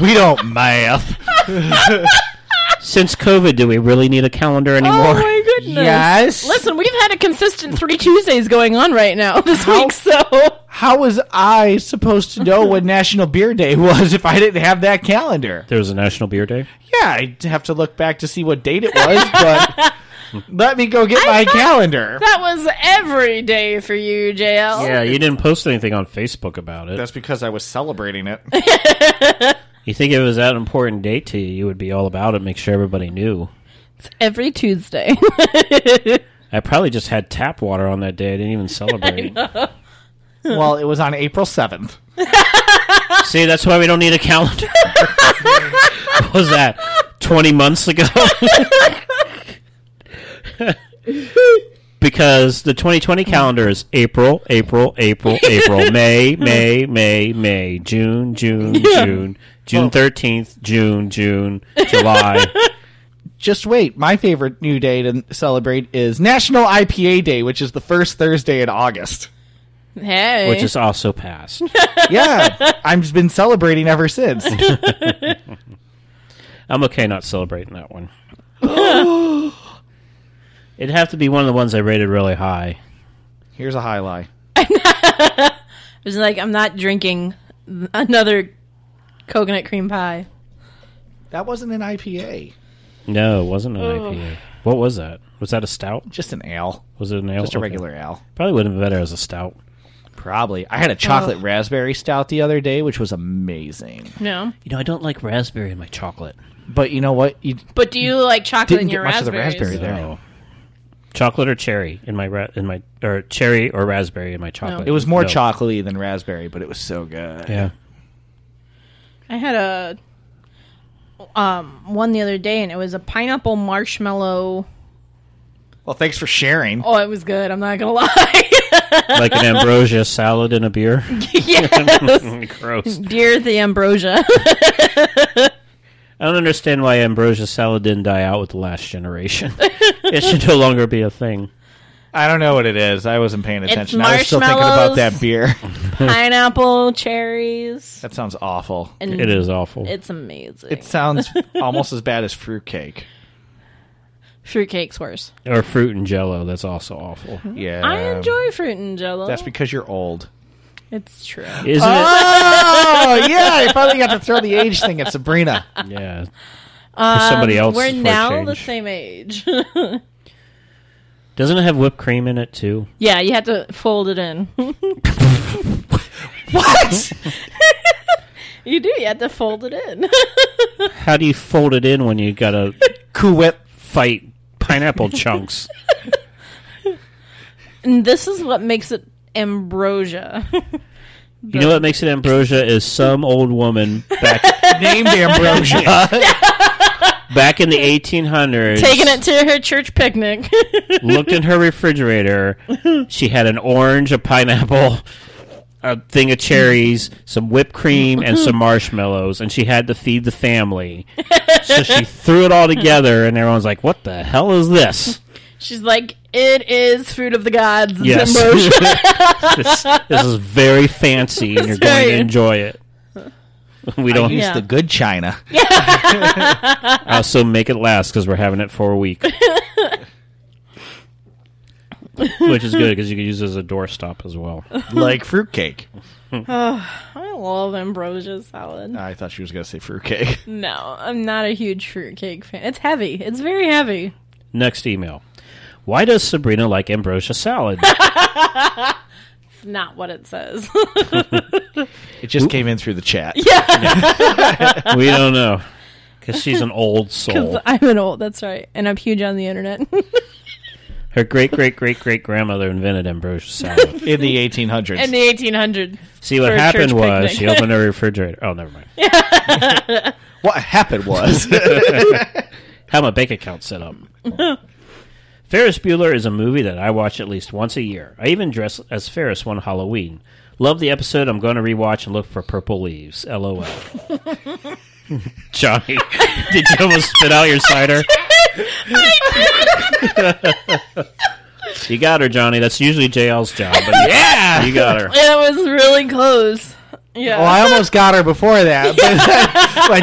Speaker 2: we don't math.
Speaker 1: Since COVID, do we really need a calendar anymore?
Speaker 3: Oh my goodness.
Speaker 2: Yes.
Speaker 3: Listen, we've had a consistent three Tuesdays going on right now this week, so
Speaker 2: How was I supposed to know when National Beer Day was if I didn't have that calendar?
Speaker 1: there was a National Beer Day.
Speaker 2: Yeah, I'd have to look back to see what date it was, but let me go get my calendar.
Speaker 3: that was every day for you, JL.
Speaker 1: Oh, Yeah, you didn't post anything on Facebook about it.
Speaker 2: That's because I was celebrating it.
Speaker 1: You think if it was that important date to you, you would be all about it, make sure everybody knew.
Speaker 3: It's every Tuesday.
Speaker 1: I probably just had tap water on that day. I didn't even celebrate.
Speaker 2: well, it was on April 7th.
Speaker 1: See, that's why we don't need a calendar. what was that? 20 months ago? because the 2020 calendar is April, April, April, April, May, May, May, May, June, June, June, June 13th, June, June, July.
Speaker 2: Just wait. My favorite new day to celebrate is National IPA Day, which is the first Thursday in August.
Speaker 3: hey,
Speaker 1: Which is also past.
Speaker 2: Yeah, I've been celebrating ever since.
Speaker 1: I'm okay not celebrating that one. It'd have to be one of the ones I rated really high.
Speaker 2: Here's a high lie.
Speaker 3: It was like I'm not drinking another coconut cream pie.
Speaker 2: That wasn't an IPA,
Speaker 1: No, it wasn't an IPA. What was that? Was that a stout?
Speaker 2: just an ale,
Speaker 1: Was it an ale?
Speaker 2: just a
Speaker 1: Okay.
Speaker 2: regular ale.
Speaker 1: Probably would have been better as a stout.
Speaker 2: Probably. I had a chocolate raspberry stout the other day, which was amazing.
Speaker 3: No,
Speaker 1: You know, I don't like raspberry in my chocolate.
Speaker 2: But you know what? You
Speaker 3: but do you like chocolate
Speaker 2: Didn't
Speaker 3: in
Speaker 2: get
Speaker 3: your
Speaker 2: much of the
Speaker 3: raspberries?
Speaker 2: raspberry there.
Speaker 1: No. Chocolate or cherry in my ra- in my or cherry or raspberry in my chocolate.
Speaker 2: it was more
Speaker 1: No.
Speaker 2: chocolatey than raspberry, but it was so good.
Speaker 1: Yeah.
Speaker 3: I had a um one the other day, and it was a pineapple marshmallow.
Speaker 2: Well, thanks for sharing.
Speaker 3: Oh, it was good. I'm not gonna lie.
Speaker 1: like an ambrosia salad and a beer.
Speaker 3: yes,
Speaker 1: Gross.
Speaker 3: dear the ambrosia.
Speaker 1: I don't understand why ambrosia salad didn't die out with the last generation. it should no longer be a thing.
Speaker 2: I don't know what it is. I wasn't paying attention. I was still thinking about
Speaker 3: marshmallows.
Speaker 2: that beer.
Speaker 1: Hmm.
Speaker 3: pineapple, cherries,
Speaker 2: that sounds awful.
Speaker 3: and
Speaker 1: It is awful.
Speaker 3: It's amazing.
Speaker 2: It sounds almost as bad as fruitcake.
Speaker 3: Fruitcake's worse.
Speaker 1: or fruit and jello. That's also awful.
Speaker 2: Yeah.
Speaker 3: I
Speaker 1: Um,
Speaker 3: enjoy fruit and jello.
Speaker 2: That's because you're old.
Speaker 3: it's true.
Speaker 1: Isn't
Speaker 2: Oh, yeah. I finally got to throw the age thing at Sabrina.
Speaker 1: it? Yeah. For somebody else.
Speaker 3: Um, We're
Speaker 1: for a
Speaker 3: now the
Speaker 1: change.
Speaker 3: same age.
Speaker 1: Doesn't it have whipped cream in it too?
Speaker 3: yeah, you have to fold it in.
Speaker 2: What?
Speaker 3: you do. You have to fold it in.
Speaker 1: How do you fold it in when you gotta
Speaker 2: Cool Whip.
Speaker 1: fight pineapple chunks?
Speaker 3: and this is what makes it ambrosia.
Speaker 1: You know what makes it ambrosia is some old woman back
Speaker 2: Named Ambrosia.
Speaker 1: back in the 1800s
Speaker 3: Taking it to her church picnic.
Speaker 1: looked in her refrigerator. She had an orange, a pineapple, a thing of cherries, some whipped cream, and some marshmallows, and she had to feed the family. so she threw it all together, and everyone's like, "What the hell is this?"
Speaker 3: She's like, it is food of the gods. It's
Speaker 1: Yes,
Speaker 3: emotion."
Speaker 1: this, this is very fancy, and you're going to
Speaker 3: Sorry.
Speaker 1: enjoy it. We
Speaker 2: I
Speaker 1: don't
Speaker 2: use
Speaker 3: Yeah.
Speaker 2: the good china.
Speaker 1: also make it last because we're having it for a week, which is good because you can use it as a doorstop as well.
Speaker 2: like fruitcake.
Speaker 3: I love ambrosia salad.
Speaker 2: I thought she was going to say fruitcake.
Speaker 3: No, I'm not a huge fruitcake fan. It's heavy. It's very heavy.
Speaker 1: Next email. Why does Sabrina like ambrosia salad?
Speaker 3: It's not what it says.
Speaker 2: It just came in through the chat.
Speaker 1: we don't know because she's an old soul.
Speaker 3: I'm an old. That's right, and I'm huge on the internet.
Speaker 1: Her great great great great grandmother invented ambrosia salad.
Speaker 2: In the 1800s.
Speaker 3: In the 1800s.
Speaker 1: See what
Speaker 3: For a
Speaker 1: happened
Speaker 3: church
Speaker 1: was
Speaker 3: picnic.
Speaker 1: she opened her refrigerator. Oh, never mind.
Speaker 2: what happened was
Speaker 1: How my bank account set up. Ferris Bueller is a movie that I watch at least once a year. I even dress as Ferris one Halloween. Love the episode. I'm going to rewatch and look for purple leaves. LOL. Johnny, did you almost spit out your cider? you got her, Johnny. That's usually JL's job. But yeah, you got her.
Speaker 3: It was really close. Yeah.
Speaker 2: Well, I almost got her before that, but,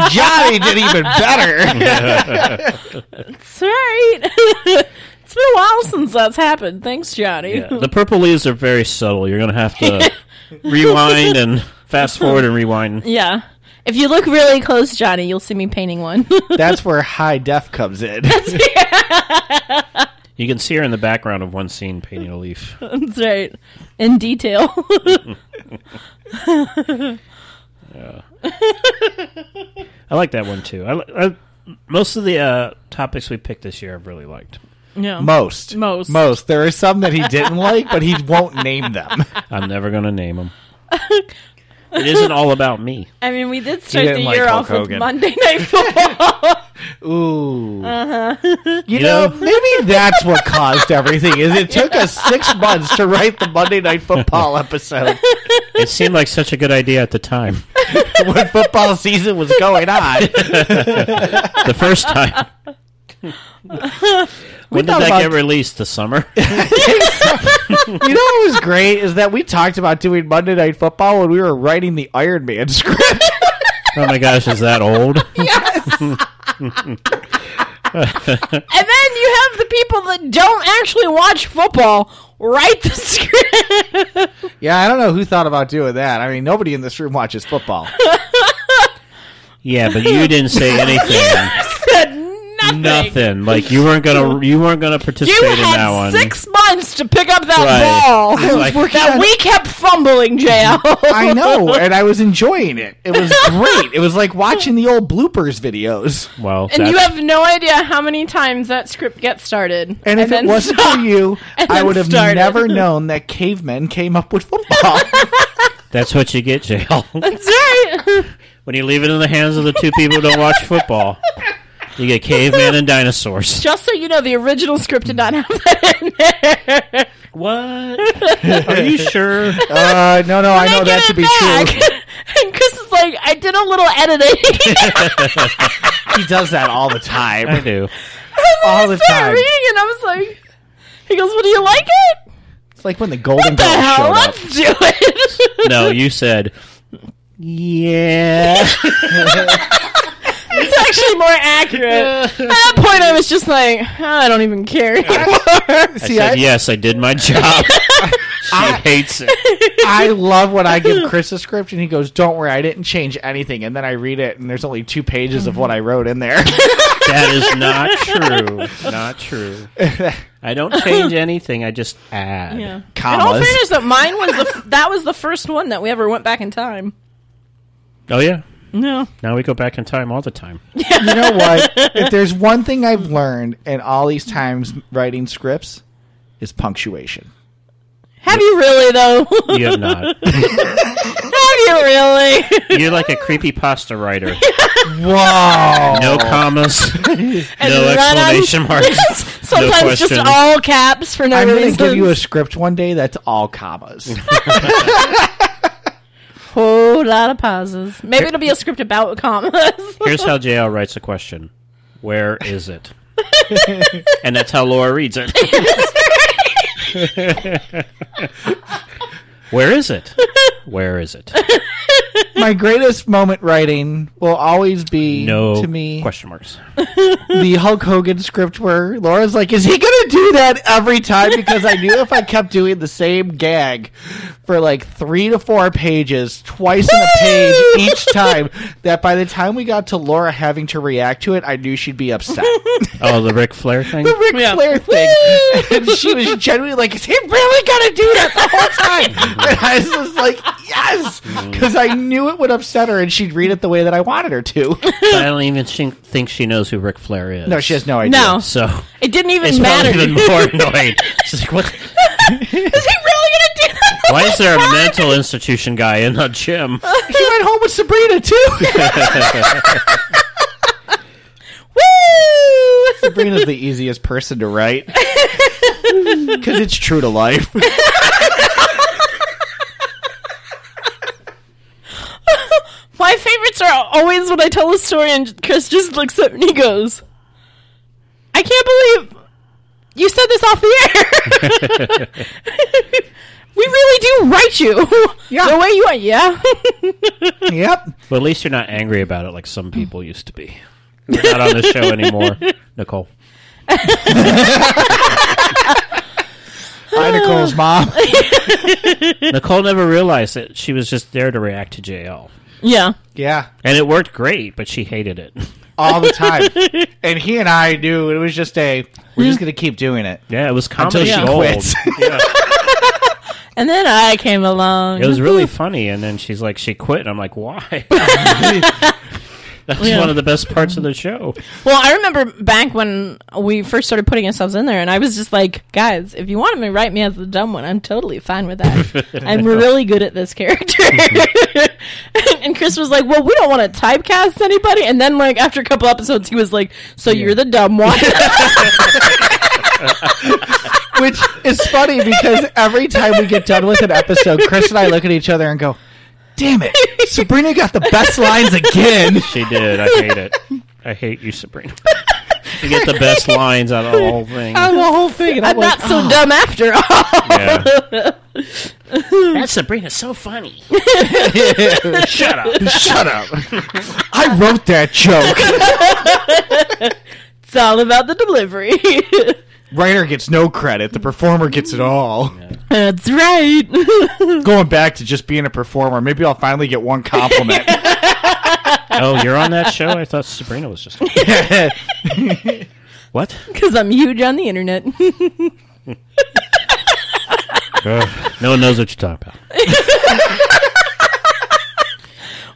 Speaker 2: but Johnny did even better.
Speaker 3: That's right. it's been a while since that's happened. Thanks, Johnny.
Speaker 1: Yeah, the purple leaves are very subtle. You're going to have to rewind and fast forward and rewind.
Speaker 3: Yeah. If you look really close, Johnny, you'll see me painting one.
Speaker 2: That's where high def comes in.
Speaker 1: You can see her in the background of one scene painting a leaf.
Speaker 3: that's right. In detail.
Speaker 1: I like that one too. I, li- I most of the uh, topics we picked this year I've really liked.
Speaker 3: yeah.
Speaker 2: Most.
Speaker 3: Most.
Speaker 2: Most. There are some that he didn't like, but he won't name them.
Speaker 1: I'm never going to name them. It isn't all about me.
Speaker 3: I mean, we did start the
Speaker 2: didn't like
Speaker 3: year
Speaker 2: Hulk
Speaker 3: off
Speaker 2: Hogan.
Speaker 3: with Monday Night Football.
Speaker 2: Ooh. You,
Speaker 1: know-
Speaker 2: know, maybe that's what caused everything. Is it took us six months to write the Monday Night Football episode
Speaker 1: It seemed like such a good idea at the time.
Speaker 2: when football season was going on.
Speaker 1: The first time. when did
Speaker 2: thought
Speaker 1: that
Speaker 2: about-
Speaker 1: get released? The summer?
Speaker 2: you know what was great is that we talked about doing Monday Night Football when we were writing the Iron Man script.
Speaker 1: oh my gosh, is that old?
Speaker 3: And then you have the people that don't actually watch football write the script.
Speaker 2: yeah, I don't know who thought about doing that. I mean, nobody in this room watches football.
Speaker 1: Yeah, but you didn't say anything.
Speaker 3: said nothing.
Speaker 1: Nothing. Like you weren't gonna you weren't gonna participate
Speaker 3: You
Speaker 1: in that
Speaker 3: had
Speaker 1: one.
Speaker 3: six months to pick up that
Speaker 1: Right.
Speaker 3: ball
Speaker 1: It's like-
Speaker 3: that we kept fumbling, JL.
Speaker 2: I know, and I was enjoying it. It was great. It was like watching the old bloopers videos.
Speaker 1: well,
Speaker 3: and you
Speaker 1: that's-
Speaker 3: have no idea how many times that script gets started.
Speaker 2: And if it
Speaker 3: then
Speaker 2: wasn't
Speaker 3: stopped.
Speaker 2: for you,
Speaker 3: and
Speaker 2: I
Speaker 3: then
Speaker 2: would have
Speaker 3: started.
Speaker 2: never known that cavemen came up with football.
Speaker 1: that's what you get, JL.
Speaker 3: That's right.
Speaker 1: When you leave it in the hands of the two people who don't watch football, you get caveman and dinosaurs.
Speaker 3: Just so you know, the original script did not have that in there.
Speaker 1: What? Are you sure?
Speaker 2: uh, no, no, I know that to be true.
Speaker 3: and Chris is like, I did a little editing.
Speaker 2: He does that all the
Speaker 1: I
Speaker 2: time.
Speaker 1: do.
Speaker 2: all the
Speaker 3: started
Speaker 2: time.
Speaker 3: reading and I was like, he goes, "What do you like it?
Speaker 2: It's like when the Golden
Speaker 3: What the
Speaker 2: Girls
Speaker 3: hell?
Speaker 2: showed up.
Speaker 3: Let's do it."
Speaker 1: No, you said. Yeah.
Speaker 3: it's actually more accurate. At that point, I was just like, "Oh, I don't even care.
Speaker 2: See,
Speaker 1: Said,
Speaker 2: I,
Speaker 1: yes, I did my job. she hates it.
Speaker 2: I love when I give Chris a script and he goes, "Don't worry, I didn't change anything." And then I read it, and there's only two pages of what I wrote in there.
Speaker 1: That is not true. Not true. I don't change anything. I just add.
Speaker 3: yeah. In all
Speaker 2: Commas.
Speaker 3: fairness, that mine was the f- that was the first one that we ever went back in time.
Speaker 1: Oh yeah.
Speaker 3: No,
Speaker 1: Now we go back in time all the time.
Speaker 2: You know what? If there's one thing I've learned in all these times writing scripts, is punctuation.
Speaker 3: have you really though?
Speaker 1: You have not.
Speaker 3: have you really?
Speaker 1: You're like a creepy pasta writer.
Speaker 2: Whoa!
Speaker 1: No commas. no
Speaker 3: run on-
Speaker 1: exclamation marks.
Speaker 3: Sometimes just
Speaker 1: question.
Speaker 3: all caps for no
Speaker 2: I'm going to
Speaker 3: reason.
Speaker 2: give you a script one day that's all commas.
Speaker 3: a lot of pauses. Maybe it'll be a script about commas.
Speaker 1: Here's how JL writes a question. Where is it? and that's how Laura reads it. Where is it? Where is it?
Speaker 2: My greatest moment writing will always be
Speaker 1: No
Speaker 2: to me
Speaker 1: question marks.
Speaker 2: the Hulk Hogan script where Laura's like, "Is he gonna do that every time?" Because I knew if I kept doing the same gag for like three to four pages, twice in a page each time, that by the time we got to Laura having to react to it, I knew she'd be upset.
Speaker 1: Oh, the Ric Flair thing.
Speaker 2: The Ric
Speaker 3: Yeah.
Speaker 2: Flair thing, and she was genuinely like, "Is he really gonna do that the whole time?" And I was just like, "Yes," because I knew it would upset her, and she'd read it the way that I wanted her to.
Speaker 1: I don't even sh- think she knows who Ric Flair is.
Speaker 2: No, she has no idea.
Speaker 3: No,
Speaker 1: So
Speaker 3: it didn't even
Speaker 1: it's
Speaker 3: matter.
Speaker 1: probably even more annoying. She's like, what?
Speaker 3: Is he really gonna do that?
Speaker 1: Why is there a mental institution guy in the gym?
Speaker 2: She went home with Sabrina too.
Speaker 3: Woo!
Speaker 2: Sabrina's the easiest person to write because it's true to life.
Speaker 3: My favorites are always when I tell a story and Chris just looks up and he goes, "I can't believe you said this off the air." we really do write you
Speaker 2: Yeah.
Speaker 3: the way you are. Yeah.
Speaker 2: yep.
Speaker 1: Well, at least you're not angry about it like some people used to be. We're not on the show anymore, Nicole.
Speaker 2: Hi, Nicole's mom.
Speaker 1: Nicole never realized that she was just there to react to JL.
Speaker 3: yeah.
Speaker 2: Yeah,
Speaker 1: And it worked great, but she hated it.
Speaker 2: all the time. And he and I knew it was just a. We're just gonna keep doing it
Speaker 1: Yeah, it was
Speaker 2: until
Speaker 1: comedy
Speaker 2: she
Speaker 1: gold.
Speaker 2: quits.
Speaker 3: And then I came along.
Speaker 1: It was really funny, and then she's like, she quit, and I'm like, why? That's
Speaker 3: Yeah.
Speaker 1: one of the best parts of the show.
Speaker 3: Well, I remember back when we first started putting ourselves in there, and I was just like, guys, if you wanted me to write me as the dumb one, I'm totally fine with that. I'm really good at this character. and Chris was like, well, we don't want to typecast anybody. And then, like, after a couple episodes, he was like, so you're the dumb one.
Speaker 2: Which is funny because every time we get done with an episode, Chris and I look at each other and go, "Damn it, Sabrina got the best lines again."
Speaker 1: She did. I hate it. I hate you, Sabrina. You get the best lines out of the whole thing.
Speaker 2: On the whole thing, and I'm,
Speaker 3: I'm
Speaker 2: like,
Speaker 3: not so dumb after all.
Speaker 1: Yeah. That Sabrina's so funny. Shut up.
Speaker 2: "Shut up! I wrote that joke."
Speaker 3: It's all about the delivery.
Speaker 2: Writer gets no credit. The performer gets it all.
Speaker 3: That's right.
Speaker 2: Going back to just being a performer, maybe I'll finally get one compliment.
Speaker 1: Oh, you're on that show? I thought Sabrina was just. what?
Speaker 3: Because I'm huge on the internet.
Speaker 1: no one knows what you're talking about.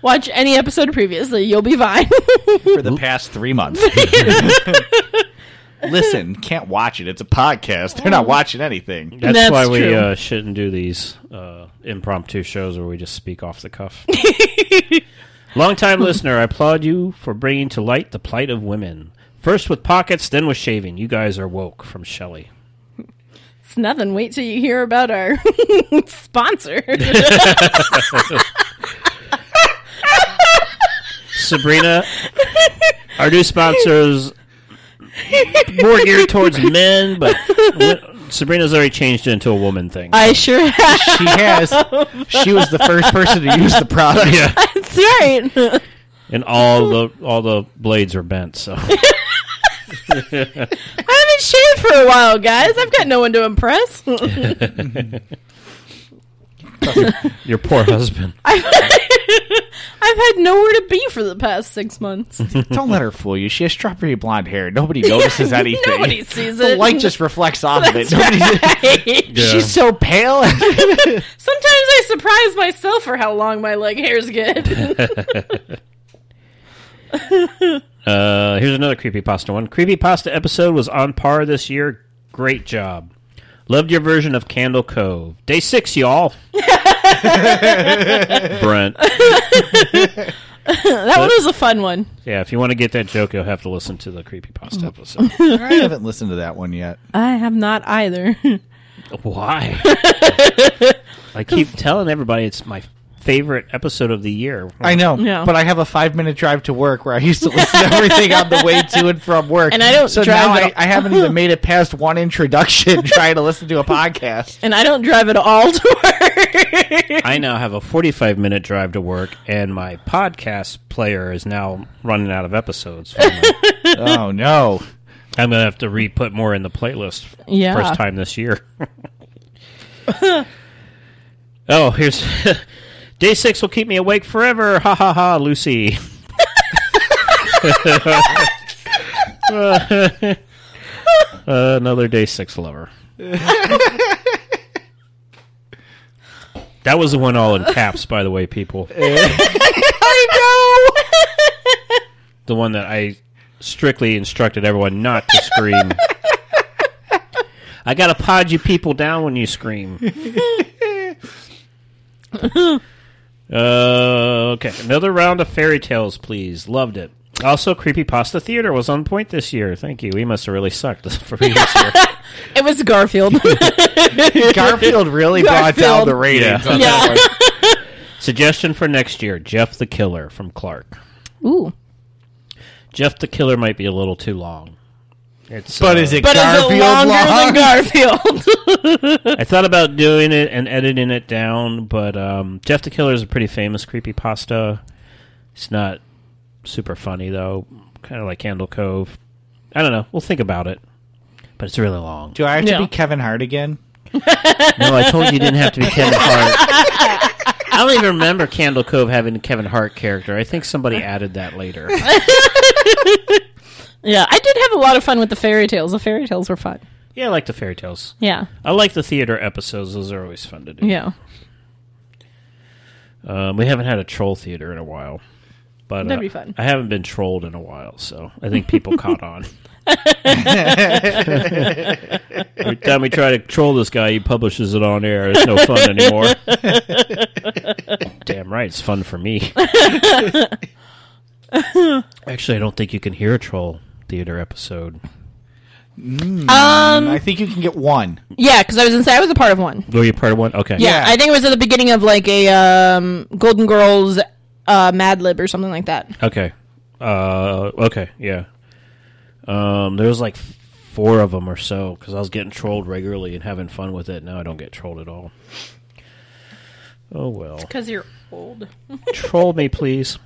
Speaker 3: Watch any episode previously, you'll be fine.
Speaker 2: For the past three months. Listen, can't watch it. It's a podcast. They're not watching anything.
Speaker 1: That's,
Speaker 3: That's
Speaker 1: why we
Speaker 3: true.
Speaker 1: uh, shouldn't do these uh, impromptu shows where we just speak off the cuff. Longtime listener, I applaud you for bringing to light the plight of women. First with pockets, then with shaving. You guys are woke from Shelley.
Speaker 3: It's nothing. Wait till you hear about our sponsor.
Speaker 1: Sabrina, our new sponsors, more geared towards men, but wi- Sabrina's already changed it into a woman thing.
Speaker 3: I sure have.
Speaker 2: She has. She was the first person to use the product.
Speaker 1: yeah,
Speaker 3: That's right.
Speaker 1: and all the all the blades are bent. So
Speaker 3: I haven't shaved for a while, guys. I've got no one to impress.
Speaker 1: your poor husband.
Speaker 3: I've had nowhere to be for the past six months.
Speaker 2: Don't let her fool you. She has strawberry blonde hair. Nobody notices anything.
Speaker 3: Nobody sees
Speaker 2: the
Speaker 3: it.
Speaker 2: light just reflects off of it.
Speaker 3: That's
Speaker 2: Nobody.
Speaker 3: right.
Speaker 1: Yeah.
Speaker 2: She's so pale.
Speaker 3: Sometimes I surprise myself for how long my leg hairs get.
Speaker 1: Uh, here's another creepypasta one. Creepypasta episode was on par this year. Great job. Loved your version of Candle Cove. Day six, y'all. Brent.
Speaker 3: that one was a fun one.
Speaker 1: Yeah, if you want to get that joke, you'll have to listen to the creepypasta episode.
Speaker 2: I haven't listened to that one yet.
Speaker 3: I have not either.
Speaker 1: Why? I keep telling everybody it's my favorite episode of the year.
Speaker 2: I know,
Speaker 3: Yeah.
Speaker 2: but I have a five minute drive to work where I used to listen to everything on the way to and from work.
Speaker 3: And I don't
Speaker 2: So
Speaker 3: drive
Speaker 2: now I,
Speaker 3: at all.
Speaker 2: I haven't even made it past one introduction trying to listen to a podcast.
Speaker 3: and I don't drive at all to work.
Speaker 1: I now have a 45 minute drive to work, and my podcast player is now running out of episodes. for me.
Speaker 2: Oh no!
Speaker 1: I'm going to have to re put more in the playlist
Speaker 3: Yeah.
Speaker 1: first time this year. oh, here's day six will keep me awake forever. Ha ha ha, Lucy. Uh, another day six lover. that was the one all in caps, by the way, people.
Speaker 3: I
Speaker 1: the one that I strictly instructed everyone not to scream. I gotta pod you people down when you scream. uh, okay, another round of fairy tales, please. Loved it. Also, Creepypasta Theater was on point this year. Thank you. We must have really sucked for you this year.
Speaker 3: know. It was Garfield.
Speaker 2: Garfield really brought down
Speaker 3: Garfield.
Speaker 2: the ratings.
Speaker 1: Yeah.
Speaker 2: on that one.
Speaker 1: Suggestion for next year Jeff the Killer from Clark.
Speaker 3: Ooh.
Speaker 1: Jeff the Killer might be a little too long. It's,
Speaker 2: But
Speaker 1: uh,
Speaker 2: is it
Speaker 3: But
Speaker 2: Garfield
Speaker 3: is it longer
Speaker 2: long?
Speaker 3: than Garfield?
Speaker 1: I thought about doing it and editing it down, but um, Jeff the Killer is a pretty famous creepypasta. It's not super funny, though. Kind of like Candle Cove. I don't know. We'll think about it. But it's really long.
Speaker 2: Do I have to
Speaker 3: Yeah.
Speaker 2: be Kevin Hart again?
Speaker 1: No, I told you you didn't have to be Kevin Hart. I don't even remember Candle Cove having a Kevin Hart character. I think somebody added that later.
Speaker 3: yeah, I did have a lot of fun with the fairy tales. The fairy tales were fun.
Speaker 1: Yeah, I like the fairy tales.
Speaker 3: Yeah,
Speaker 1: I like the theater episodes. Those are always fun to do.
Speaker 3: yeah.
Speaker 1: Um, we haven't had a troll theater in a while, but
Speaker 3: That'd
Speaker 1: uh,
Speaker 3: be fun.
Speaker 1: I haven't been trolled in a while, so I think people caught on. Every time we try to troll this guy, he publishes it on air. It's no fun anymore. Damn right, it's fun for me. Actually, I don't think you can hear a troll theater episode.
Speaker 2: I think you can get one.
Speaker 3: Um, Yeah, because I was inside. I was a part of one.
Speaker 1: Were you part of one? Okay.
Speaker 2: Yeah.
Speaker 3: Yeah, I think it was at the beginning of like a um, Golden Girls uh, Mad Lib or something like that.
Speaker 1: Okay. Uh, okay. Yeah. Um, there was like four of them or so because I was getting trolled regularly and having fun with it. Now I don't get trolled at all. Oh well.
Speaker 3: Because you're old.
Speaker 1: troll me, please.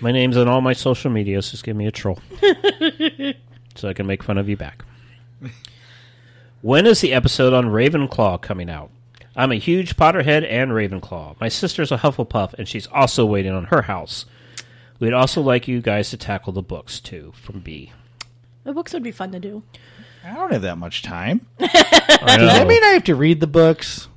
Speaker 1: my name's on all my social medias. Just give me a troll, so I can make fun of you back. When is the episode on Ravenclaw coming out? I'm a huge Potterhead and Ravenclaw. My sister's a Hufflepuff, and she's also waiting on her house. We'd also like you guys to tackle the books too. From B.
Speaker 3: The books would be fun to do.
Speaker 2: I don't have that much time.
Speaker 1: I
Speaker 2: Does
Speaker 1: know.
Speaker 2: that mean I have to read the books?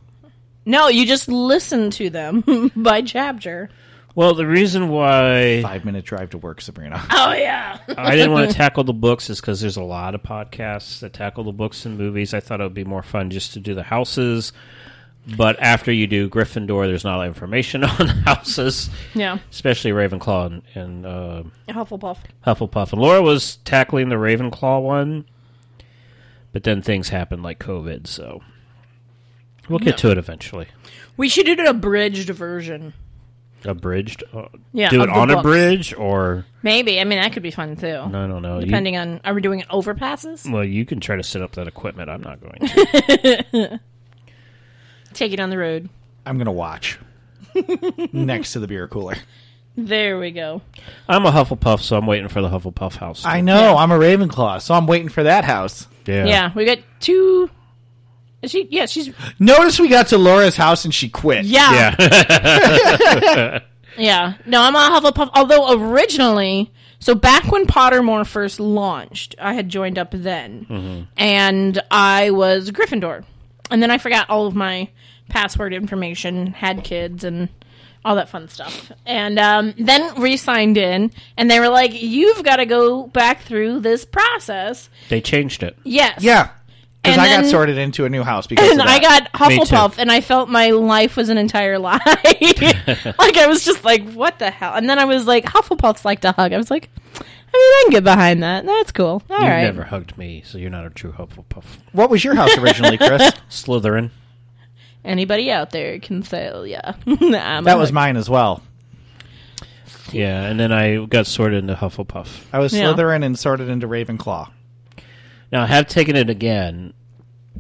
Speaker 3: No, you just listen to them by chapter.
Speaker 1: well, the reason why
Speaker 2: Five minute drive to work, Sabrina.
Speaker 3: Oh yeah.
Speaker 1: I didn't want to tackle the books is because there's a lot of podcasts that tackle the books and movies. I thought it would be more fun just to do the houses. But after you do Gryffindor, there's not a lot of information on the houses,
Speaker 3: Yeah.
Speaker 1: especially Ravenclaw and, and uh,
Speaker 3: Hufflepuff.
Speaker 1: Hufflepuff. And Laura was tackling the Ravenclaw one, but then things happened like COVID, so we'll get to it eventually.
Speaker 3: We should do an abridged version.
Speaker 1: Abridged? Uh,
Speaker 3: Yeah,
Speaker 1: do
Speaker 3: of
Speaker 1: it
Speaker 3: the
Speaker 1: on a
Speaker 3: books.
Speaker 1: bridge, or
Speaker 3: Maybe. I mean, that could be fun too.
Speaker 1: I don't know. You-
Speaker 3: Depending on, are we doing it overpasses?
Speaker 1: well, you can try to set up that equipment. I'm not going to.
Speaker 3: Take it on the road.
Speaker 2: I'm gonna watch next to the beer cooler.
Speaker 3: There we go.
Speaker 1: I'm a Hufflepuff, so I'm waiting for the Hufflepuff house.
Speaker 2: I know I'm a Ravenclaw, so I'm waiting for that house.
Speaker 1: yeah.
Speaker 3: Yeah, we got two. Is she? Yeah, she's.
Speaker 2: Notice we got to Laura's house and she quit.
Speaker 3: Yeah. Yeah.
Speaker 1: Yeah.
Speaker 3: No, I'm on Hufflepuff. Although originally, so back when Pottermore first launched, I had joined up then, and I was Gryffindor, and then I forgot all of my password information, had kids, and all that fun stuff, and um, then re-signed in, and they were like, "You've got to go back through this process."
Speaker 1: they changed it.
Speaker 3: Yes.
Speaker 2: yeah. Because
Speaker 3: And
Speaker 2: I got
Speaker 3: then-
Speaker 2: sorted into a new house because of
Speaker 3: and I
Speaker 2: that.
Speaker 3: got
Speaker 1: Me too.
Speaker 3: Hufflepuff, and I felt my life was an entire lie. like I was just like, what the hell? And then I was like, Hufflepuffs like to hug. I was like, I mean, I can get behind that. That's cool. All right.
Speaker 1: You've never hugged me, so you're not a true Hufflepuff.
Speaker 2: What was your house originally, Chris?
Speaker 1: Slytherin.
Speaker 3: Anybody out there can say, oh, yeah. I'm
Speaker 2: That
Speaker 3: a
Speaker 2: was mine as well.
Speaker 1: Yeah, and then I got sorted into Hufflepuff.
Speaker 2: I was
Speaker 3: Yeah.
Speaker 2: Slytherin and sorted into Ravenclaw.
Speaker 1: Now I have taken it again,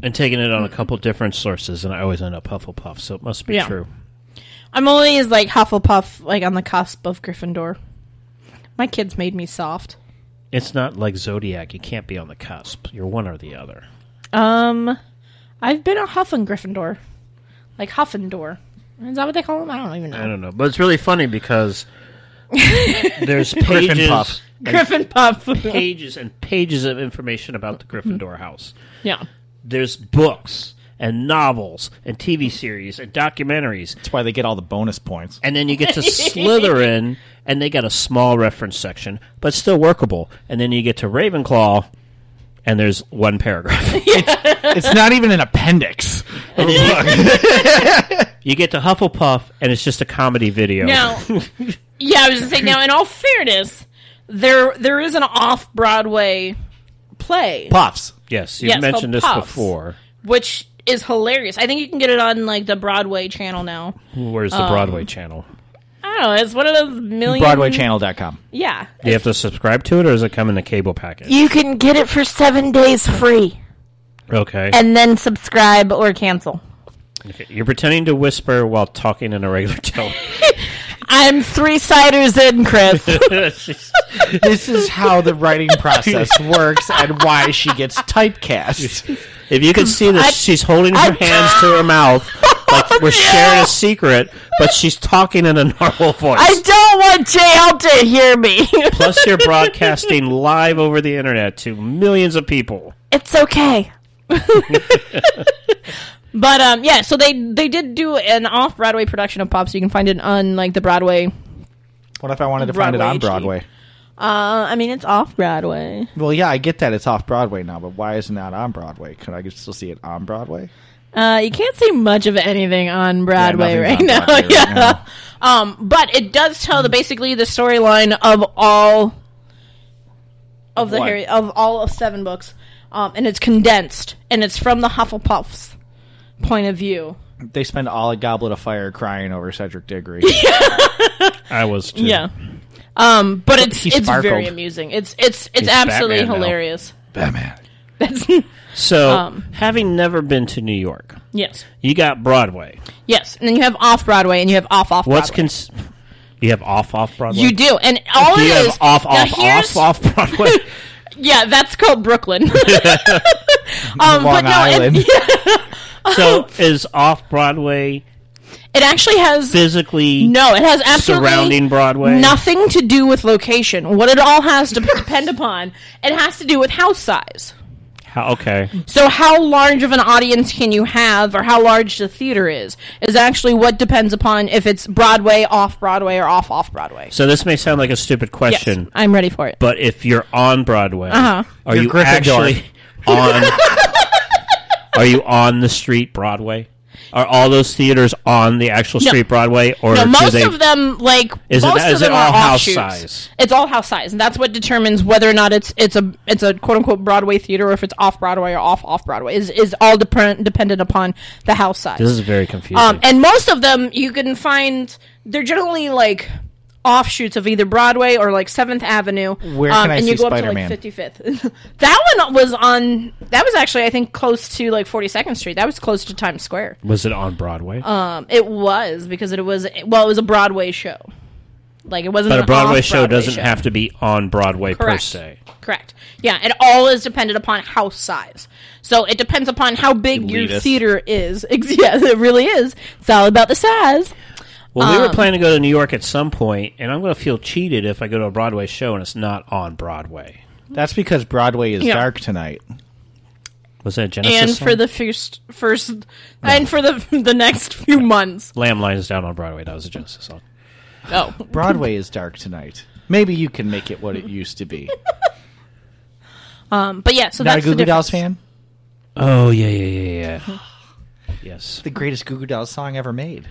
Speaker 1: and taken it on a couple different sources, and I always end up Hufflepuff. So it must be
Speaker 3: Mm-hmm. Yeah.
Speaker 1: true.
Speaker 3: I'm always like Hufflepuff, like on the cusp of Gryffindor. My kids made me soft.
Speaker 1: It's not like Zodiac; you can't be on the cusp. You're one or the other.
Speaker 3: Um, I've been a Huff and Gryffindor, like Huffendor. Is that what they call them? I don't even
Speaker 1: I
Speaker 2: Uh,
Speaker 3: know.
Speaker 1: don't know, but it's really funny because there's pages,
Speaker 2: Puff.
Speaker 3: Griffin Puff.
Speaker 1: pages, and pages of information about the Gryffindor house.
Speaker 3: yeah,
Speaker 1: There's books and novels and TV series and documentaries,
Speaker 2: That's why they get all the bonus points.
Speaker 1: and then you get to Slytherin, and they got a small reference section, but still workable. And then you get to Ravenclaw, and there's one paragraph.
Speaker 2: it's not even an appendix.
Speaker 1: And then you, you get to Hufflepuff, and it's just a comedy video.
Speaker 3: Now, yeah, I was just saying. Now, in all fairness, there there is an off Broadway play
Speaker 2: Puffs.
Speaker 1: yes, you've
Speaker 3: Yeah, it's called
Speaker 1: mentioned this
Speaker 3: Puffs.
Speaker 1: before.
Speaker 3: which is hilarious. I think you can get it on like the Broadway channel now.
Speaker 1: Where's
Speaker 3: Um,
Speaker 1: the Broadway channel?
Speaker 3: I don't know. It's one of those million
Speaker 2: BroadwayChannel.com.
Speaker 3: Yeah,
Speaker 1: Do you have to subscribe to it, or does it come in a cable package?
Speaker 3: you can get it for seven days free.
Speaker 1: Okay.
Speaker 3: and then subscribe or cancel.
Speaker 1: okay. You're pretending to whisper while talking in a regular tone.
Speaker 3: I'm three ciders in, Chris.
Speaker 2: This is how the writing process works and why she gets typecast.
Speaker 1: if you could see this,
Speaker 3: I-
Speaker 1: she's holding her
Speaker 3: I-
Speaker 1: hands to her mouth like we're sharing a secret, but she's talking in a normal voice.
Speaker 3: don't want JL to hear me.
Speaker 1: Plus, you're broadcasting live over the internet to millions of people.
Speaker 3: it's okay. but um, yeah, so they they did do an off Broadway production of Pop, so you can find it on like the Broadway.
Speaker 2: What if I wanted to find it on
Speaker 3: Broadway
Speaker 2: Broadway?
Speaker 3: Uh, I mean, it's off Broadway.
Speaker 2: Well, yeah, I get that it's off Broadway now, but why isn't that on Broadway? Could I still see it on Broadway?
Speaker 3: Uh, you can't see much of anything on Broadway
Speaker 2: nothing's
Speaker 3: right
Speaker 2: on
Speaker 3: now.
Speaker 2: Broadway
Speaker 3: yeah.
Speaker 2: right now.
Speaker 3: Um, but it does tell the basically the storyline of all of the
Speaker 2: What?
Speaker 3: Harry of all of seven books, um, and it's condensed and it's from the Hufflepuff's point of view.
Speaker 2: They spend all a goblet of fire crying over Cedric Diggory.
Speaker 1: I was too.
Speaker 3: Yeah. Um, but it's
Speaker 2: He
Speaker 3: it's
Speaker 2: sparkled.
Speaker 3: very amusing. It's it's it's
Speaker 1: He's
Speaker 3: absolutely
Speaker 1: Batman now.
Speaker 3: hilarious.
Speaker 2: Batman.
Speaker 3: That's
Speaker 1: So,
Speaker 3: Um.
Speaker 1: having never been to New York,
Speaker 3: yes,
Speaker 1: you got Broadway.
Speaker 3: yes. And then you have off Broadway and you have off off.
Speaker 1: What's
Speaker 3: Broadway.
Speaker 1: cons? You have off off Broadway.
Speaker 3: you do, and all
Speaker 1: Do
Speaker 3: it
Speaker 1: you
Speaker 3: is
Speaker 1: have off
Speaker 3: now
Speaker 1: off
Speaker 3: here's-
Speaker 1: off off Broadway.
Speaker 3: Yeah, that's called Brooklyn. um,
Speaker 2: Long
Speaker 3: but no,
Speaker 2: Island.
Speaker 3: It, yeah, Oh.
Speaker 1: so is off Broadway
Speaker 3: it actually has
Speaker 1: physically
Speaker 3: no. It has absolutely
Speaker 1: surrounding Broadway?
Speaker 3: nothing to do with location. What it all has to depend upon, it has to do with house size.
Speaker 1: How, okay.
Speaker 3: So, how large of an audience can you have, or how large the theater is, is actually what depends upon if it's Broadway, off Broadway, or off off Broadway.
Speaker 1: So this may sound like a stupid
Speaker 3: Yes,
Speaker 1: question,
Speaker 3: I'm ready for it.
Speaker 1: but if you're on Broadway,
Speaker 3: Uh-huh.
Speaker 1: are
Speaker 2: You're
Speaker 1: you
Speaker 2: Gryffindor.
Speaker 1: actually on? are you on the street Broadway? Are all those theaters on the actual
Speaker 3: No.
Speaker 1: street Broadway, or
Speaker 3: No,
Speaker 1: do
Speaker 3: most
Speaker 1: they?
Speaker 3: of them like
Speaker 1: Is it-
Speaker 3: most
Speaker 1: is
Speaker 3: of
Speaker 1: it
Speaker 3: them
Speaker 1: all
Speaker 3: are
Speaker 1: house
Speaker 3: offshoots.
Speaker 1: size?
Speaker 3: It's all house size, and that's what determines whether or not it's it's a it's a quote unquote Broadway theater or if it's off Broadway or off off Broadway is is all dependent dependent upon the house size.
Speaker 1: this is very confusing.
Speaker 3: um, and most of them you can find they're generally like offshoots of either Broadway or like Seventh Avenue.
Speaker 2: Where
Speaker 3: um,
Speaker 2: can I
Speaker 3: and you
Speaker 2: see
Speaker 3: go up
Speaker 2: Spider-Man?
Speaker 3: to like 55th. that one was on. That was actually I think close to like 42nd Street. That was close to Times Square.
Speaker 1: Was it on Broadway?
Speaker 3: Um, it was because it was well, it was a Broadway show. Like it wasn't.
Speaker 1: but a
Speaker 3: an
Speaker 1: Broadway
Speaker 3: off-Broadway
Speaker 1: show doesn't have to be on Broadway
Speaker 3: Correct.
Speaker 1: per se.
Speaker 3: Correct. Yeah, it all is dependent upon house size. So it depends upon how big your
Speaker 2: Elitist.
Speaker 3: theater is. Ex- Yes, it really is. It's all about the size.
Speaker 1: Well, we
Speaker 3: Um,
Speaker 1: were planning to go to New York at some point, and I'm going to feel cheated if I go to a Broadway show and it's not on Broadway.
Speaker 2: That's because Broadway is
Speaker 3: Yeah.
Speaker 2: dark tonight.
Speaker 1: Was that a Genesis?
Speaker 3: And
Speaker 1: song?
Speaker 3: for the first, first, and for the the next few months.
Speaker 1: Lamb Lies Down on Broadway. That was a Genesis song.
Speaker 3: Oh,
Speaker 2: Broadway is dark tonight. Maybe you can make it what it used to be.
Speaker 3: um, but yeah. So
Speaker 2: Not a
Speaker 3: that's
Speaker 2: Goo Goo
Speaker 3: the
Speaker 2: Dolls
Speaker 3: difference.
Speaker 2: fan?
Speaker 1: Oh yeah, yeah, yeah, yeah. yes.
Speaker 2: The greatest Goo Goo Dolls song ever made.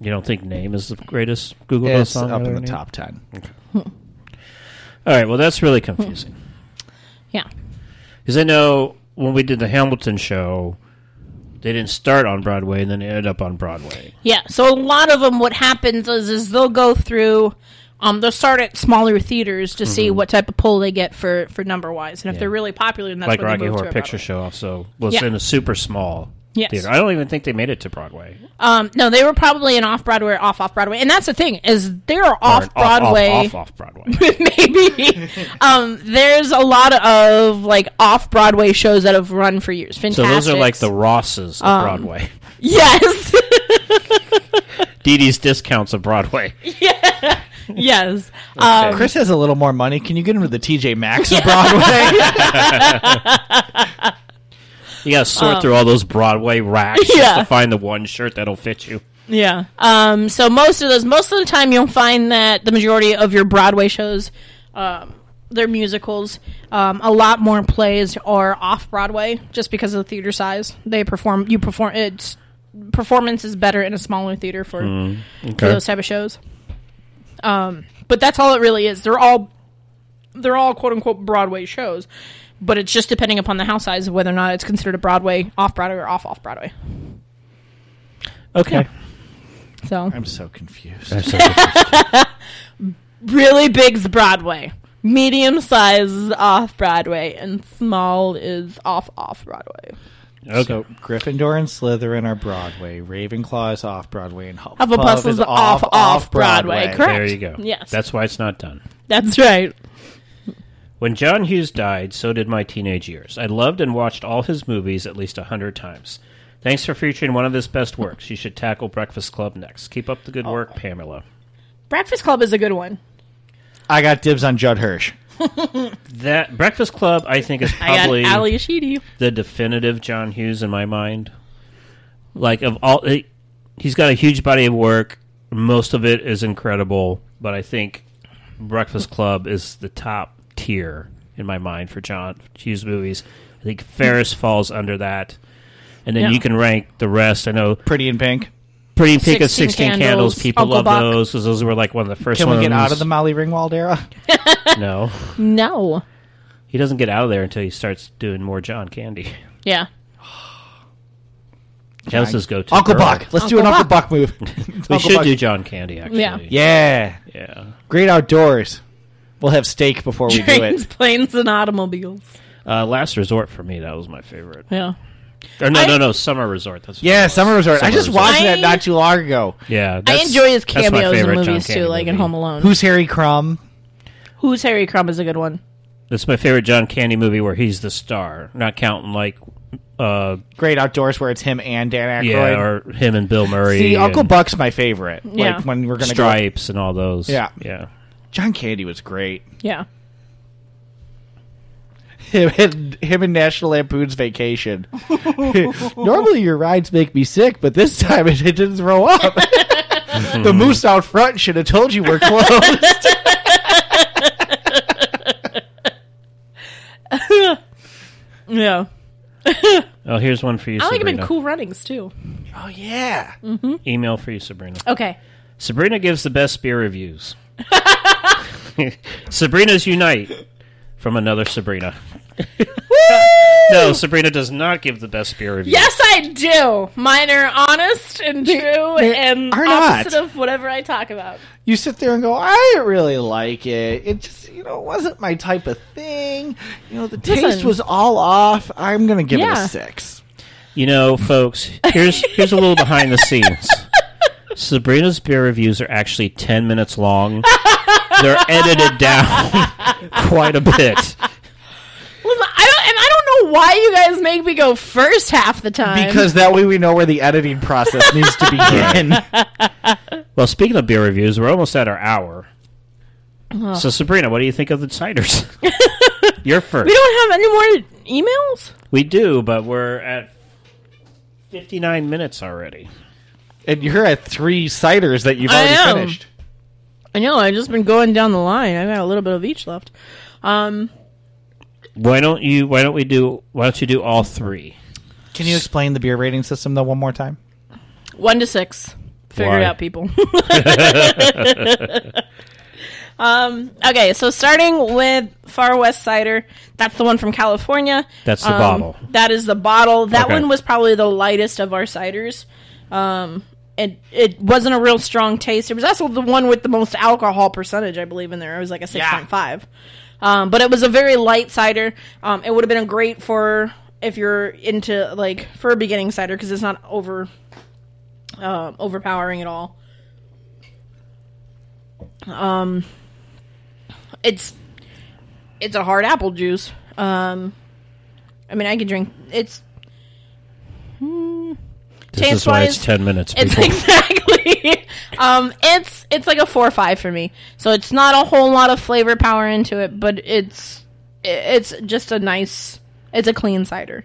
Speaker 1: You don't think "Name" is the greatest Google Plus
Speaker 2: It's
Speaker 1: song
Speaker 2: up
Speaker 1: ever
Speaker 2: in the
Speaker 1: made?
Speaker 2: top ten.
Speaker 1: All right. Well, that's really confusing
Speaker 2: Hmm.
Speaker 3: Yeah.
Speaker 1: because I know when we did the Hamilton show, They didn't start on Broadway and then they ended up on Broadway.
Speaker 3: Yeah, so a lot of them, what happens is, is they'll go through, um, they'll start at smaller theaters to
Speaker 1: Mm-hmm.
Speaker 3: see what type of pull they get for for number wise, and if they're really popular, then that's
Speaker 1: like
Speaker 3: when
Speaker 1: Rocky
Speaker 3: they move
Speaker 1: Horror
Speaker 3: to a
Speaker 1: Picture
Speaker 3: Broadway.
Speaker 1: Show also was
Speaker 3: Yeah.
Speaker 1: in a super small
Speaker 3: Yes.
Speaker 1: theater. I don't even think they made it to Broadway.
Speaker 3: Um, no, they were probably an off Broadway, off off Broadway, and that's the thing is they're off Broadway.
Speaker 1: Off, off, off Broadway.
Speaker 3: maybe um, there's a lot of like off Broadway shows that have run for years.
Speaker 1: so
Speaker 3: Fantastic.
Speaker 1: those are like the Rosses of
Speaker 3: Um,
Speaker 1: Broadway.
Speaker 3: yes,
Speaker 1: Dee Dee's Discounts of Broadway.
Speaker 3: yes. Um,
Speaker 2: Chris has a little more money. Can you get him to the TJ Maxx of Broadway?
Speaker 1: You gotta sort through all those Broadway racks just
Speaker 3: um, Yeah.
Speaker 1: to find the one shirt that'll fit you.
Speaker 3: Yeah. Um, so most of those, most of the time, you'll find that the majority of your Broadway shows, um, they're musicals. Um, a lot more plays are off Broadway, just because of the theater size. They perform. You perform. It's performance is better in a smaller theater for, for those type of shows. Um, but that's all it really is. They're all they're all quote unquote Broadway shows. But it's just depending upon the house size of whether or not it's considered a Broadway, off Broadway, or off off Broadway.
Speaker 1: Okay.
Speaker 3: So
Speaker 2: I'm so confused.
Speaker 3: really big's Broadway, medium size is off Broadway, and small is off off Broadway.
Speaker 1: Okay.
Speaker 2: So Gryffindor and Slytherin are Broadway. Ravenclaw is off Broadway, and Hufflepuff,
Speaker 3: Hufflepuff is off, off Broadway. Correct.
Speaker 1: there you go.
Speaker 3: Yes.
Speaker 1: That's why it's not done.
Speaker 3: That's right.
Speaker 1: When John Hughes died, so did my teenage years. I loved and watched all his movies at least a hundred times. Thanks for featuring one of his best works. You should tackle Breakfast Club next. Keep up the good
Speaker 3: Oh.
Speaker 1: work, Pamela.
Speaker 3: Breakfast Club is a good one.
Speaker 2: I got dibs on Judd Hirsch.
Speaker 1: That Breakfast Club, I think, is
Speaker 3: I
Speaker 1: probably
Speaker 3: got Ali Ashidi.
Speaker 1: the definitive John Hughes in my mind. Like of all, he, he's got a huge body of work. Most of it is incredible, but I think Breakfast Club is the top tier in my mind for John Hughes movies. I think Ferris falls under that, and then
Speaker 3: Yeah.
Speaker 1: you can rank the rest. I know
Speaker 2: Pretty in pink.
Speaker 1: Pretty in Pink of
Speaker 3: 16
Speaker 1: Sixteen Candles.
Speaker 3: Candles,
Speaker 1: People
Speaker 3: Uncle
Speaker 1: love
Speaker 3: Buck.
Speaker 1: those because those were like one of the first
Speaker 2: Can
Speaker 1: ones.
Speaker 2: we get out of the Molly Ringwald era?
Speaker 1: No,
Speaker 3: No.
Speaker 1: he doesn't get out of there until he starts doing more John Candy.
Speaker 3: Yeah.
Speaker 1: That was his go-to.
Speaker 2: Uncle
Speaker 1: girl.
Speaker 2: Buck. Let's do an
Speaker 3: Uncle
Speaker 2: Uncle Buck move.
Speaker 1: We
Speaker 2: Uncle
Speaker 1: should
Speaker 2: Buck.
Speaker 1: do John Candy. Actually,
Speaker 3: Yeah.
Speaker 2: Yeah.
Speaker 1: yeah.
Speaker 2: Great outdoors. We'll have steak before we do
Speaker 3: Trains,
Speaker 2: it.
Speaker 3: planes, and automobiles.
Speaker 1: Uh, Last Resort for me, that was my favorite.
Speaker 3: Yeah.
Speaker 1: Or no,
Speaker 3: I-
Speaker 1: no, no, Summer Resort. That's what it
Speaker 2: Yeah,
Speaker 1: was.
Speaker 2: summer resort. I just
Speaker 1: Resort.
Speaker 2: watched that
Speaker 3: I-
Speaker 2: not too long ago.
Speaker 1: Yeah,
Speaker 3: I
Speaker 1: that's-
Speaker 3: enjoy his
Speaker 1: that's my
Speaker 3: cameos in
Speaker 1: favorite John
Speaker 3: movies
Speaker 1: Candy
Speaker 3: too, like in
Speaker 1: movie.
Speaker 3: Home Alone.
Speaker 2: Who's Harry Crumb?
Speaker 3: Who's Harry Crumb is a good one.
Speaker 1: That's my favorite John Candy movie where he's the star, not counting like uh,
Speaker 2: Great outdoors, where it's him and Dan Aykroyd.
Speaker 1: yeah, or him and Bill Murray.
Speaker 2: See, Uncle
Speaker 1: and
Speaker 2: Buck's my favorite.
Speaker 3: Yeah.
Speaker 2: Like when we're gonna go.
Speaker 1: Stripes and all those.
Speaker 2: Yeah.
Speaker 1: yeah.
Speaker 2: John Candy was great.
Speaker 3: Yeah.
Speaker 2: Him and, him and National Lampoon's Vacation. Normally your rides make me sick, but this time it, it didn't throw up. the moose out front should have told you we're closed.
Speaker 3: Yeah.
Speaker 1: Oh, here's one for you.
Speaker 3: I like him
Speaker 1: Sabrina.
Speaker 3: in Cool Runnings too.
Speaker 2: oh yeah.
Speaker 1: Email for you, Sabrina.
Speaker 3: Okay.
Speaker 1: Sabrina gives the best beer reviews. Sabrina's Unite from another Sabrina. no, Sabrina does not give the best beer reviews.
Speaker 3: Yes, I do. Mine are honest and true and
Speaker 2: are not.
Speaker 3: opposite of whatever I talk about.
Speaker 2: You sit there and go, I didn't really like it. It just you know wasn't my type of thing. You know, the taste
Speaker 3: Listen.
Speaker 2: was all off. I'm gonna give it
Speaker 3: Yeah.
Speaker 2: a six.
Speaker 1: You know, folks, here's here's a little behind the scenes. Sabrina's beer reviews are actually ten minutes long. They're edited down quite a bit.
Speaker 3: Listen, I don't, and I don't know why you guys make me go first half the time.
Speaker 2: Because that way we know where the editing process needs to begin.
Speaker 1: Well, speaking of beer reviews, we're almost at our hour. So, Sabrina, what do you think of the ciders? You're first.
Speaker 3: we don't have any more emails.
Speaker 1: We do, but we're at fifty-nine minutes already.
Speaker 2: and you're at three ciders that you've
Speaker 3: I
Speaker 2: already
Speaker 3: am.
Speaker 2: finished.
Speaker 3: I know. I've just been going down the line. I got a little bit of each left. Um,
Speaker 1: Why don't you? Why don't we do? Why don't you do all three?
Speaker 2: Can you explain the beer rating system though one more time?
Speaker 3: one to six. Figure
Speaker 1: Why?
Speaker 3: it out, people. Um, okay, so starting with Far West Cider, that's the one from California.
Speaker 1: That's the
Speaker 3: Um,
Speaker 1: bottle.
Speaker 3: That is the bottle. That
Speaker 1: Okay.
Speaker 3: one was probably the lightest of our ciders. Um, it it wasn't a real strong taste. It was also the one with the most alcohol percentage, I believe, in there. It was like a six point five. Um, but it was a very light cider. Um, it would have been a great for if you're into like for a beginning cider because it's not over uh, overpowering at all. Um, it's it's a hard apple juice. Um, I mean, I could drink. It's
Speaker 1: This is why it's
Speaker 3: taste-wise,
Speaker 1: ten minutes.
Speaker 3: it's
Speaker 1: People.
Speaker 3: exactly. um, it's it's like a four or five for me. So it's not a whole lot of flavor power into it, but it's it's just a nice. It's a clean cider.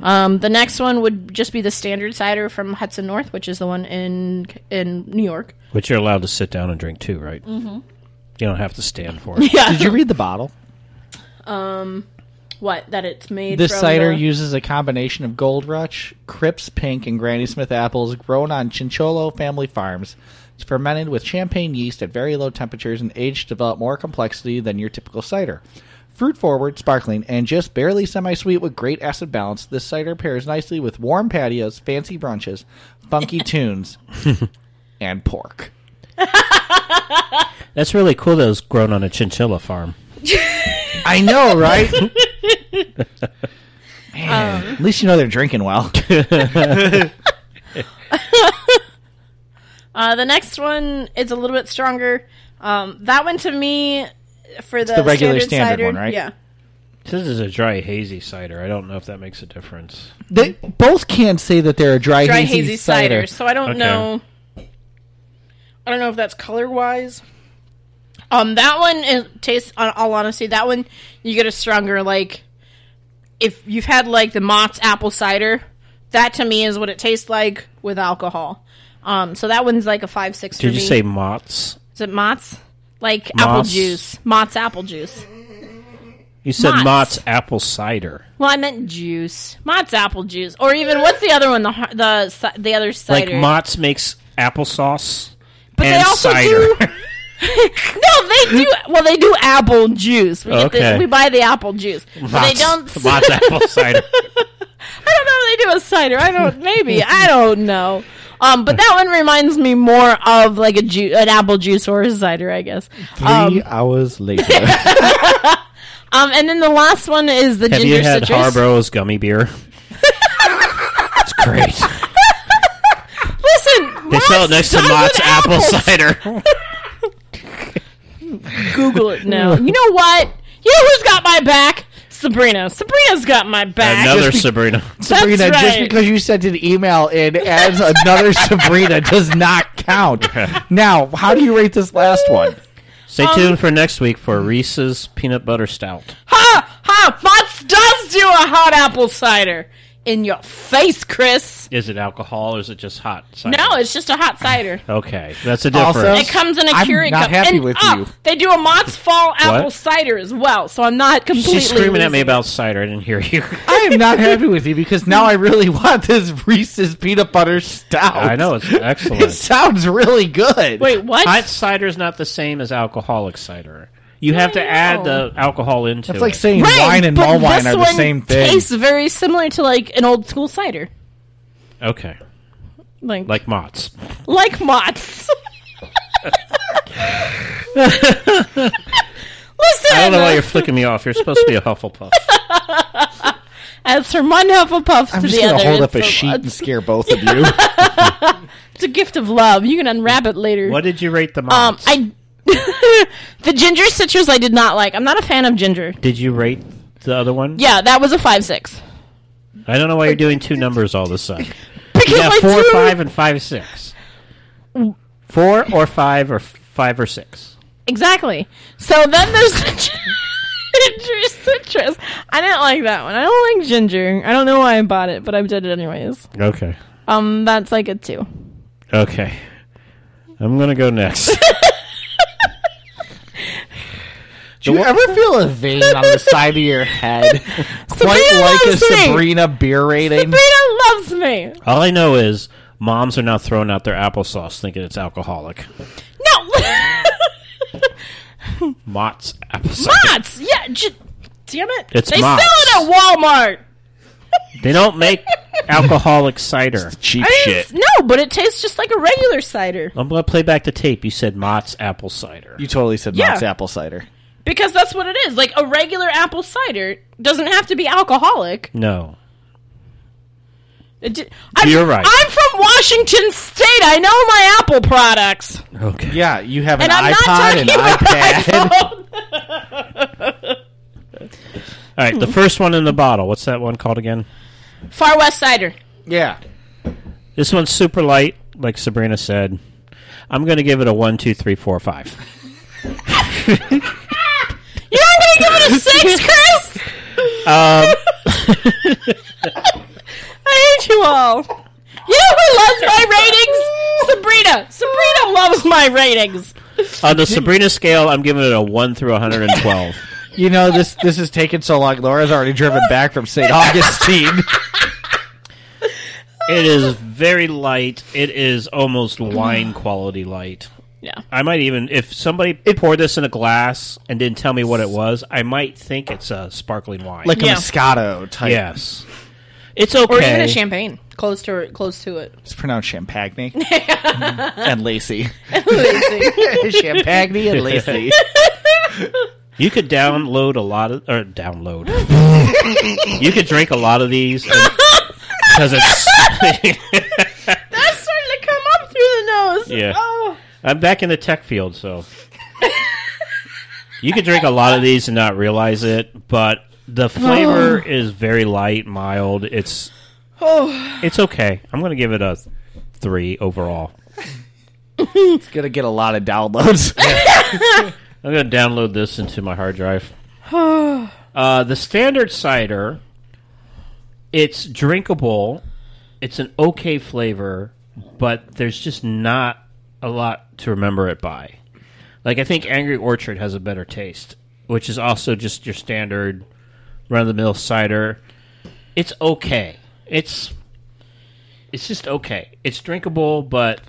Speaker 3: Um, the next one would just be the standard cider from Hudson North, which is the one in in New York.
Speaker 1: Which you're allowed to sit down and drink too, right? Mm-hmm. You don't have to stand for it.
Speaker 3: Yeah.
Speaker 2: Did you read the bottle?
Speaker 3: what that it's made?
Speaker 2: This
Speaker 3: from
Speaker 2: cider
Speaker 3: the-
Speaker 2: uses a combination of Gold Rush, Crips Pink, and Granny Smith apples grown on Chincholo family farms. It's fermented with champagne yeast at very low temperatures and aged to develop more complexity than your typical cider. Fruit forward, sparkling, and just barely semi sweet with great acid balance, this cider pairs nicely with warm patios, fancy brunches, funky tunes, and pork.
Speaker 1: That's really cool. That it was grown on a chinchilla farm.
Speaker 2: I know, right? Um, Man, at least you know they're drinking well.
Speaker 3: Uh, the next one is a little bit stronger. Um, that one to me for the,
Speaker 2: the regular standard one, right?
Speaker 3: Yeah.
Speaker 1: This is a dry hazy cider. I don't know if that makes a difference.
Speaker 2: They both can't say that they're a dry,
Speaker 3: dry
Speaker 2: hazy,
Speaker 3: hazy,
Speaker 2: cider.
Speaker 3: cider. So I don't
Speaker 1: Okay.
Speaker 3: know. I don't know if that's color wise. Um, that one is, tastes. On all honesty, that one you get a stronger like. If you've had like the Mott's apple cider, that to me is what it tastes like with alcohol. Um, so that one's like a five six.
Speaker 1: Did you say Mott's?
Speaker 3: is it Mott's? Like apple
Speaker 1: Mott's?
Speaker 3: juice, Mott's apple juice.
Speaker 1: You said
Speaker 3: Mott's.
Speaker 1: Mott's, apple cider.
Speaker 3: Well, I meant juice, Mott's apple juice, or even what's the other one? The har- the ci- the other cider,
Speaker 1: Like Mott's makes applesauce
Speaker 3: but
Speaker 1: and
Speaker 3: they also
Speaker 1: cider.
Speaker 3: do No, they do. Well, they do apple juice. We, get
Speaker 1: Okay.
Speaker 3: the, we buy the apple juice. But they
Speaker 1: Mott's-
Speaker 3: don't. I
Speaker 1: Mott's apple cider.
Speaker 3: don't know. if They do a cider. I don't. Maybe I don't know. Um, but that one reminds me more of like a ju- an apple juice or a cider, I guess. Um,
Speaker 2: Three hours later.
Speaker 3: um, and then the last one is the
Speaker 1: Have
Speaker 3: ginger
Speaker 1: you had
Speaker 3: citrus.
Speaker 1: Harboro's gummy beer? it's great.
Speaker 3: Listen,
Speaker 1: They sell it next to Mott's apple cider.
Speaker 3: Google it now. you know what? You know who's got my back? Sabrina. Sabrina's got my back.
Speaker 1: Another Sabrina.
Speaker 2: Sabrina,
Speaker 3: That's
Speaker 2: just
Speaker 3: right.
Speaker 2: because you sent an email in as another Sabrina does not count. Now, how do you rate this last one?
Speaker 1: Stay
Speaker 3: Um,
Speaker 1: tuned for next week for Reese's peanut butter stout.
Speaker 3: Ha ha! Mott's does do a hot apple cider in your face, Chris.
Speaker 1: Is it alcohol or is it just hot cider?
Speaker 3: No, it's just a hot cider.
Speaker 1: okay. That's a difference.
Speaker 2: Also-
Speaker 3: It comes in a
Speaker 2: I'm
Speaker 3: Keurig
Speaker 2: not
Speaker 3: cup.
Speaker 2: happy
Speaker 3: and,
Speaker 2: with
Speaker 3: oh,
Speaker 2: you.
Speaker 3: They do a Mott's Fall apple cider as well, so I'm not completely.
Speaker 1: She's screaming at me
Speaker 3: losing.
Speaker 1: about cider. I didn't hear you.
Speaker 2: I am not happy with you because now I really want this Reese's peanut butter stout.
Speaker 1: I know it's
Speaker 2: It
Speaker 1: excellent.
Speaker 2: sounds really good.
Speaker 3: Wait, what?
Speaker 1: Hot cider is not the same as alcoholic cider. You have to add the alcohol into
Speaker 2: It's like
Speaker 1: it.
Speaker 2: saying
Speaker 3: Right,
Speaker 2: wine and
Speaker 3: but
Speaker 2: malt wine
Speaker 3: this
Speaker 2: are the
Speaker 3: one
Speaker 2: same thing.
Speaker 3: Tastes very similar to like an old school cider,
Speaker 1: okay,
Speaker 3: like
Speaker 1: like
Speaker 3: like,
Speaker 1: Mott's.
Speaker 3: Mott's.
Speaker 1: I don't know why
Speaker 3: Listen,
Speaker 1: you're flicking me off. You're supposed to be a Hufflepuff.
Speaker 3: Um, as from one Hufflepuff
Speaker 2: I'm
Speaker 3: to
Speaker 2: just
Speaker 3: the
Speaker 2: going
Speaker 3: other,
Speaker 2: to hold up a
Speaker 3: it's
Speaker 2: sheet and
Speaker 3: It's,
Speaker 2: scare both of you.
Speaker 3: it's a gift of love. You can unwrap it later.
Speaker 1: What did you rate the
Speaker 3: Um,
Speaker 1: Mott's?
Speaker 3: I the ginger citrus I did not like. I'm not a fan of ginger.
Speaker 1: did you rate the other one?
Speaker 3: Yeah, that was a five six.
Speaker 1: I don't know why you're doing two numbers all of a sudden.
Speaker 3: Because
Speaker 1: Yeah,
Speaker 3: my
Speaker 1: four,
Speaker 3: two-
Speaker 1: five, and five, six. Four or five or f- five or six.
Speaker 3: Exactly. So then there's the ginger citrus. I didn't like that one. I don't like ginger. I don't know why I bought it, but I did it anyways.
Speaker 1: Okay.
Speaker 3: Um, that's like a two.
Speaker 1: Okay. I'm gonna go next.
Speaker 2: Do you ever feel a vein on the side of your head? Quite
Speaker 3: Sabrina
Speaker 2: like a
Speaker 3: loves me.
Speaker 2: Sabrina beer rating?
Speaker 3: Sabrina loves me.
Speaker 1: all I know is moms are now throwing out their applesauce thinking it's alcoholic.
Speaker 3: No.
Speaker 1: Mott's episode.
Speaker 3: Mott's, yeah. J- damn it,
Speaker 1: It's
Speaker 3: they
Speaker 1: Mott's.
Speaker 3: sell it at Walmart.
Speaker 1: They don't make alcoholic cider.
Speaker 2: Cheap
Speaker 3: I mean,
Speaker 2: shit.
Speaker 3: it's- no, but it tastes just like a regular cider
Speaker 1: I'm gonna play back the tape. You said Mott's apple cider.
Speaker 2: You totally said
Speaker 3: Yeah.
Speaker 2: Mott's apple cider.
Speaker 3: because that's what it is. Like a regular apple cider doesn't have to be alcoholic.
Speaker 1: No.
Speaker 3: It di- I'm,
Speaker 1: You're right.
Speaker 3: I'm from Washington State. I know my apple products,
Speaker 1: Okay.
Speaker 2: Yeah, you have an
Speaker 3: and I'm
Speaker 2: iPod and
Speaker 3: not talking
Speaker 2: iPad.
Speaker 3: about iPhone.
Speaker 1: All right. The first one in the bottle. What's that one called again?
Speaker 3: Far West cider.
Speaker 2: yeah.
Speaker 1: This one's super light, like Sabrina said. I'm gonna give it a one, two, three, four, five.
Speaker 3: You're not gonna give it a six, Chris.
Speaker 1: Um,
Speaker 3: I hate you all. You know who loves my ratings? Sabrina. Sabrina loves my ratings.
Speaker 1: on the Sabrina scale, I'm giving it a one through 112.
Speaker 2: You know this. This is taking so long. Laura's already driven back from St. Augustine.
Speaker 1: it is very light. It is almost wine quality light.
Speaker 3: Yeah.
Speaker 1: I might even if somebody poured this in a glass and didn't tell me what it was, I might think it's a sparkling wine.
Speaker 2: like
Speaker 3: Yeah.
Speaker 2: a Moscato type.
Speaker 1: yes, it's okay.
Speaker 3: Or even a
Speaker 5: champagne close to close to it.
Speaker 2: It's pronounced Champagne and Lacey.
Speaker 5: Lazy.
Speaker 2: Champagne and Lacey.
Speaker 1: you could download a lot of or download. you could drink a lot of these because it's.
Speaker 3: That's starting to come up through the nose. Oh.
Speaker 1: Yeah. I'm back in the tech field, so you could drink a lot of these and not realize it, but the flavor is very light, mild. It's
Speaker 3: Oh.
Speaker 1: it's okay. I'm gonna give it a three overall.
Speaker 2: It's gonna get a lot of downloads.
Speaker 1: I'm gonna download this into my hard drive. uh, the standard cider, it's drinkable. It's an okay flavor, but there's just not a lot to remember it by. Like I think Angry Orchard has a better taste, which is also just your standard run of the mill cider. It's okay. It's it's just okay. It's drinkable, but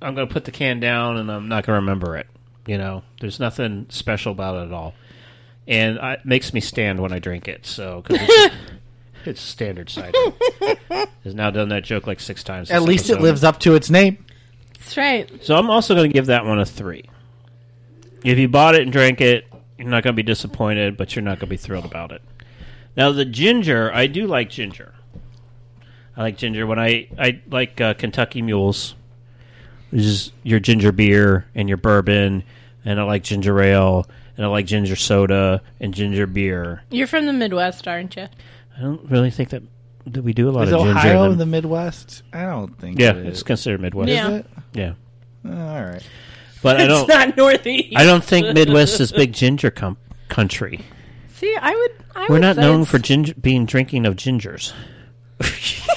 Speaker 1: I'm gonna put the can down and I'm not gonna remember it. You know, there's nothing special about it at all, and I, it makes me stand when I drink it. So 'cause it's, it's standard cider. Has now done that joke like six times.
Speaker 2: At
Speaker 1: this
Speaker 2: least it
Speaker 1: episode.
Speaker 2: lives up to its name.
Speaker 3: That's right.
Speaker 1: So I'm also going to give that one a three. If you bought it and drank it, you're not going to be disappointed, but you're not going to be thrilled about it. Now the ginger, I do like ginger. I like ginger when I I like uh, Kentucky Mules, which is your ginger beer and your bourbon, and I like ginger ale and I like ginger soda and ginger beer.
Speaker 3: You're from the Midwest, aren't you?
Speaker 1: I don't really think that that we do a lot
Speaker 2: Is
Speaker 1: of ginger.
Speaker 2: Ohio
Speaker 1: in
Speaker 2: in
Speaker 1: the-
Speaker 2: the Midwest? I don't think.
Speaker 1: yeah,
Speaker 2: it
Speaker 1: it's
Speaker 2: is.
Speaker 1: considered Midwest.
Speaker 3: Yeah.
Speaker 2: Is it? Eh,
Speaker 1: Yeah.
Speaker 2: All right.
Speaker 1: but I don't.
Speaker 3: It's not Northeast.
Speaker 1: I don't think Midwest is big ginger com- country.
Speaker 3: See, I would. I
Speaker 1: We're
Speaker 3: would
Speaker 1: not
Speaker 3: say
Speaker 1: known
Speaker 3: it's-
Speaker 1: for ginger being drinking of gingers.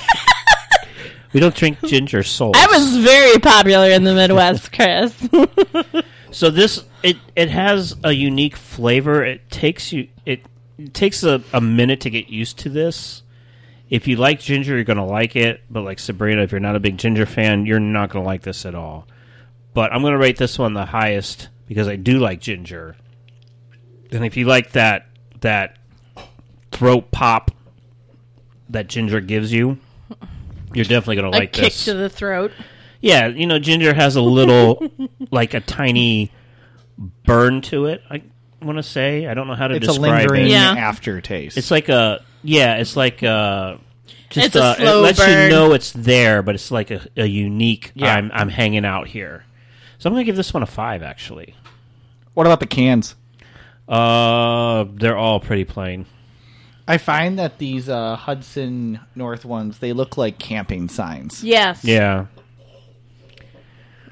Speaker 1: we don't drink ginger souls.
Speaker 3: I was very popular in the Midwest, Chris.
Speaker 1: so this it it has a unique flavor. It takes you it, it takes a, a minute to get used to this. If you like ginger, you're gonna like it. But like Sabrina, if you're not a big ginger fan, you're not gonna like this at all. But I'm gonna rate this one the highest because I do like ginger. And if you like that that throat pop that ginger gives you, you're definitely gonna
Speaker 3: a
Speaker 1: like
Speaker 3: kick
Speaker 1: this.
Speaker 3: to the throat.
Speaker 1: Yeah, you know, ginger has a little, like a tiny burn to it. I want to say I don't know how to
Speaker 2: It's a
Speaker 1: describe
Speaker 2: lingering
Speaker 1: it.
Speaker 3: Yeah.
Speaker 2: aftertaste.
Speaker 1: It's like a yeah, it's like a just uh,
Speaker 3: It's a slow
Speaker 1: it lets
Speaker 3: burn.
Speaker 1: you know it's there, but it's like a, a unique.
Speaker 2: Yeah.
Speaker 1: I'm I'm hanging out here, so I'm gonna give this one a five. Actually,
Speaker 2: what about the cans?
Speaker 1: uh, they're all pretty plain.
Speaker 2: I find that these uh, Hudson North ones they look like camping signs.
Speaker 3: Yes.
Speaker 1: Yeah,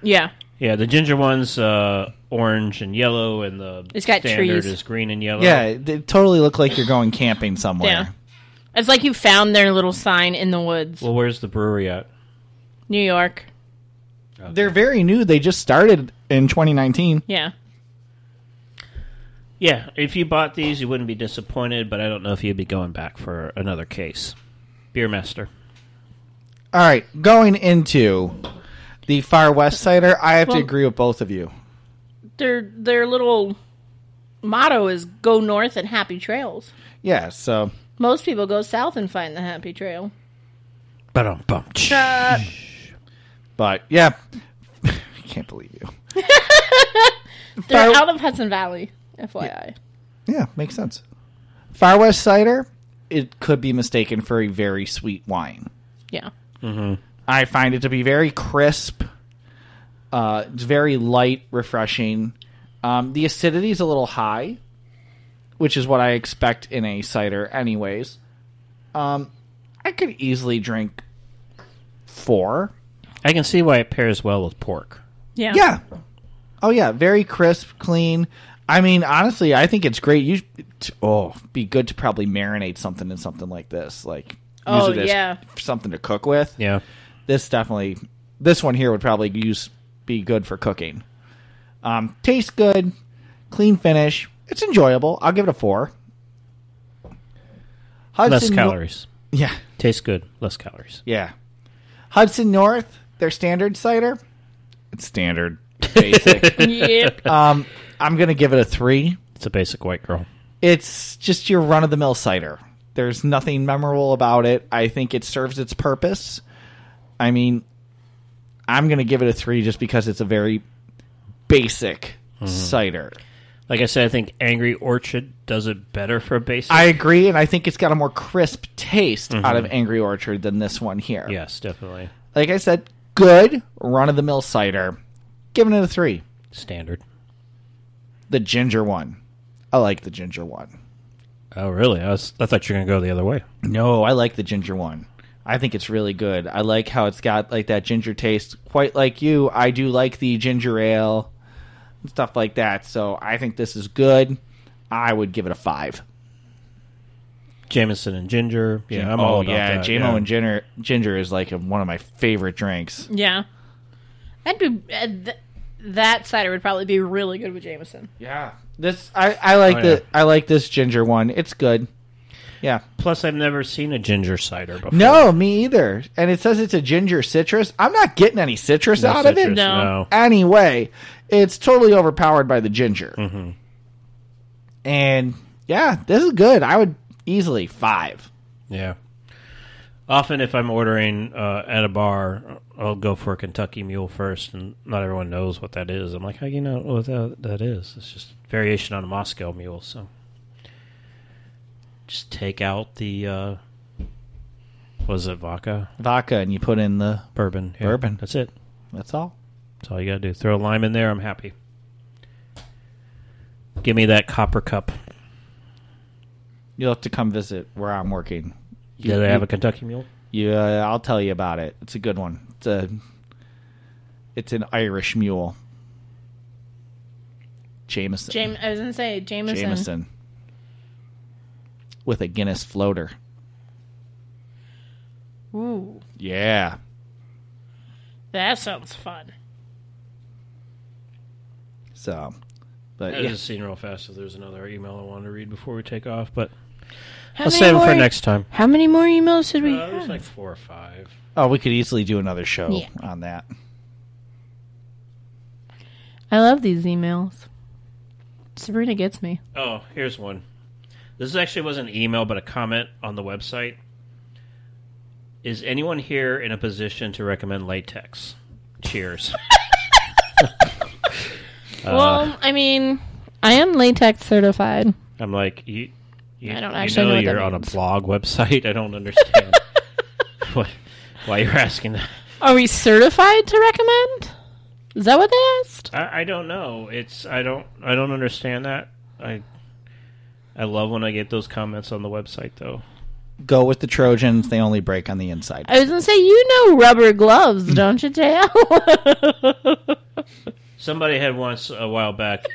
Speaker 3: Yeah.
Speaker 1: yeah. The ginger one's uh, orange and yellow, and the
Speaker 3: It's got
Speaker 1: standard
Speaker 3: trees.
Speaker 1: is green and yellow.
Speaker 2: Yeah, they totally look like you're going camping somewhere.
Speaker 3: Yeah. It's like you found their little sign in the woods,
Speaker 1: Well, where's the brewery at?
Speaker 3: New York.
Speaker 2: They're very new. They just started in 2019.
Speaker 3: Yeah.
Speaker 1: Yeah, if you bought these, you wouldn't be disappointed, but I don't know if you'd be going back for another case. Beer Master.
Speaker 2: All right, going into the Far West cider, I have to agree with both of you.
Speaker 4: their their little motto is "Go north and happy trails."
Speaker 2: Yeah, so
Speaker 4: Most people go south and find the happy trail.
Speaker 1: Ba-dum, bum, tsh.
Speaker 2: but yeah. I can't believe you.
Speaker 4: They're
Speaker 2: Far-
Speaker 4: out of Hudson Valley, FYI.
Speaker 2: Yeah, makes sense. Far West cider, it could be mistaken for a very sweet wine.
Speaker 4: Yeah.
Speaker 2: I find it to be very crisp. Uh, it's very light, refreshing. Um, the acidity is a little high, which is what I expect in a cider, anyways. Um, I could easily drink four.
Speaker 1: I can see why it pairs well with pork.
Speaker 4: Yeah.
Speaker 2: Yeah. Oh yeah, very crisp, clean. I mean, honestly, I think it's great. You t- oh, be good to probably marinate something in something like this, like use
Speaker 4: Oh,
Speaker 2: it as
Speaker 4: yeah.
Speaker 2: something to cook with.
Speaker 1: Yeah.
Speaker 2: This definitely, this one here would probably use be good for cooking. Um, tastes good, clean finish. It's enjoyable. I'll give it a four.
Speaker 1: Less
Speaker 2: Hudson Nor-
Speaker 1: calories.
Speaker 2: yeah,
Speaker 1: Tastes good. Less calories.
Speaker 2: yeah. Hudson North, their standard cider. It's standard, basic.
Speaker 4: Yep.
Speaker 2: Um, I'm gonna give it a three.
Speaker 1: It's a basic white girl.
Speaker 2: It's just your run of the mill cider. There's nothing memorable about it. I think it serves its purpose. I mean, I'm gonna give it a three just because it's a very basic cider.
Speaker 1: Like I said, I think Angry Orchard does it better for basic.
Speaker 2: I agree, and I think it's got a more crisp taste out of Angry Orchard than this one here.
Speaker 1: yes, definitely.
Speaker 2: Like I said, good run of the mill cider. Giving it a three.
Speaker 1: Standard.
Speaker 2: The ginger one. I like the ginger one.
Speaker 1: Oh, really? I, was, I thought you were going to go the other way.
Speaker 2: No, I like the ginger one. I think it's really good. I like how it's got like that ginger taste. Quite like you, I do like the ginger ale and stuff like that. So I think this is good. I would give it a five.
Speaker 1: Jameson and Ginger. Yeah, I'm
Speaker 2: oh
Speaker 1: all about
Speaker 2: yeah,
Speaker 1: that.
Speaker 2: JMO and ginger ginger is like one of my favorite drinks.
Speaker 4: yeah. That'd be, uh, th- that cider would probably be really good with Jameson.
Speaker 2: Yeah, this I, I like
Speaker 1: Oh,
Speaker 2: the
Speaker 1: yeah.
Speaker 2: I like this ginger one. It's good. Yeah.
Speaker 1: Plus, I've never seen a ginger cider before.
Speaker 2: No, me either. And it says it's a ginger citrus. I'm not getting any citrus
Speaker 1: No
Speaker 2: out of it.
Speaker 1: citrus,
Speaker 4: No.
Speaker 1: no.
Speaker 2: anyway, it's totally overpowered by the ginger.
Speaker 1: Mm-hmm.
Speaker 2: And yeah, this is good. I would easily five.
Speaker 1: Yeah. Often, if I'm ordering uh, at a bar, I'll go for a Kentucky Mule first, and not everyone knows what that is. I'm like, how do you know what that, that is? It's just variation on a Moscow Mule. So, just take out the uh, was it vodka
Speaker 2: Vodka, and you put in the.
Speaker 1: bourbon Yeah,
Speaker 2: Bourbon.
Speaker 1: That's it.
Speaker 2: That's all.
Speaker 1: That's all you gotta do. Throw a lime in there. I'm happy. Give me that copper cup.
Speaker 2: You'll have to come visit where I'm working.
Speaker 1: Do they have a Kentucky Mule?
Speaker 2: You, uh, I'll tell you about it. It's a good one. It's a. It's an Irish mule. Jameson.
Speaker 4: Jam- I was going to say Jameson.
Speaker 2: Jameson. With a Guinness floater.
Speaker 4: Ooh,
Speaker 2: Yeah.
Speaker 4: that sounds fun.
Speaker 2: So, but
Speaker 1: I
Speaker 2: Uh, yeah.
Speaker 1: just seen real fast if there's another email I wanted to read before we take off, but
Speaker 4: How
Speaker 1: I'll
Speaker 4: many
Speaker 1: save it for
Speaker 4: more-
Speaker 1: next time.
Speaker 4: How many more emails did we
Speaker 1: Uh,
Speaker 4: have?
Speaker 1: there's like four or five.
Speaker 2: Oh, we could easily do another show
Speaker 4: Yeah.
Speaker 2: on that.
Speaker 4: I love these emails. Sabrina gets me.
Speaker 1: Oh, here's one. This actually wasn't an email, but a comment on the website. Is anyone here in a position to recommend latex? Cheers. Uh.
Speaker 4: well, I mean, I am latex certified.
Speaker 1: I'm like, you, you,
Speaker 4: I don't
Speaker 1: you
Speaker 4: actually know
Speaker 1: know
Speaker 4: what that
Speaker 1: you're on a
Speaker 4: means.
Speaker 1: blog website. I don't understand what, why you're asking that.
Speaker 4: Are we certified to recommend? Is that what they asked?
Speaker 1: I, I don't know. It's I don't I don't understand that. I I love when I get those comments on the website though.
Speaker 2: Go with the Trojans. They only break on the inside.
Speaker 3: Uh,
Speaker 4: I was gonna say you know rubber gloves, don't you, Dale?
Speaker 1: Somebody had once a while back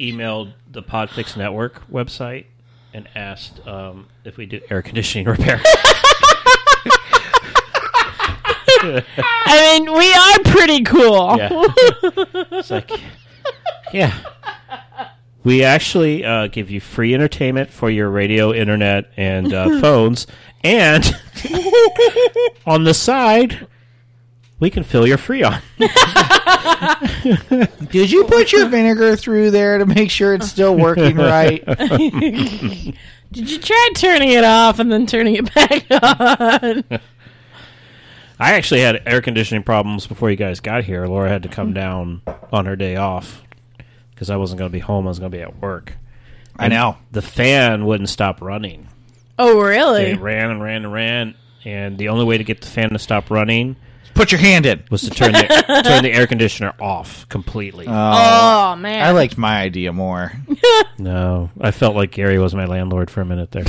Speaker 1: emailed the Podfix Network website and asked um, if we do air conditioning repair.
Speaker 4: I mean, we are pretty cool.
Speaker 1: yeah, it's like yeah. We actually uh, give you free entertainment for your radio, internet, and uh, phones, and on the side, we can fill your Freon.
Speaker 2: Did you put your vinegar through there to make sure it's still working right?
Speaker 3: Did you try turning it off and then turning it back on?
Speaker 1: I actually had air conditioning problems before you guys got here. Laura had to come down on her day off because I wasn't going to be home. I was going to be at work.
Speaker 2: I know.
Speaker 1: The fan wouldn't stop running.
Speaker 3: Oh, really?
Speaker 1: It ran and ran and ran, and the only way to get the fan to stop running
Speaker 2: Put your hand in.
Speaker 1: was to turn the turn the air conditioner off completely.
Speaker 3: Oh man,
Speaker 2: I liked my idea more.
Speaker 1: no, I felt like Gary was my landlord for a minute there.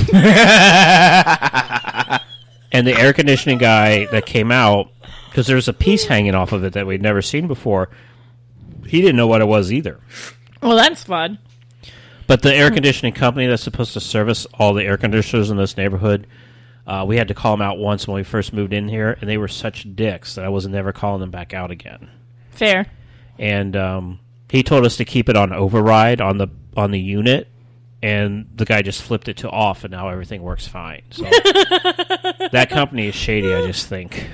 Speaker 1: and the air conditioning guy that came out because there was a piece hanging off of it that we'd never seen before. He didn't know what it was either.
Speaker 3: Well, that's fun.
Speaker 1: But the air conditioning company that's supposed to service all the air conditioners in this neighborhood, uh, we had to call them out once when we first moved in here, and they were such dicks that I was never calling them back out again.
Speaker 3: Fair.
Speaker 1: And um, he told us to keep it on override on the on the unit, and the guy just flipped it to off, and now everything works fine. So that company is shady. I just think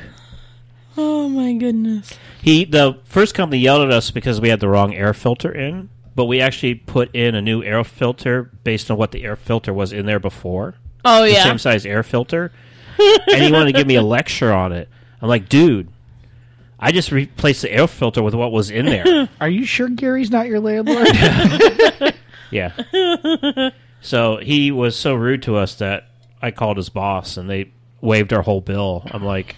Speaker 3: Oh my goodness.
Speaker 1: he the first company yelled at us because we had the wrong air filter in, but we actually put in a new air filter based on what the air filter was in there before.
Speaker 3: Oh
Speaker 1: the
Speaker 3: yeah.
Speaker 1: same size air filter, and he wanted to give me a lecture on it. I'm like, dude, I just replaced the air filter with what was in there.
Speaker 2: Are you sure Gary's not your landlord?
Speaker 1: yeah. So he was so rude to us that I called his boss, and they waived our whole bill. I'm like.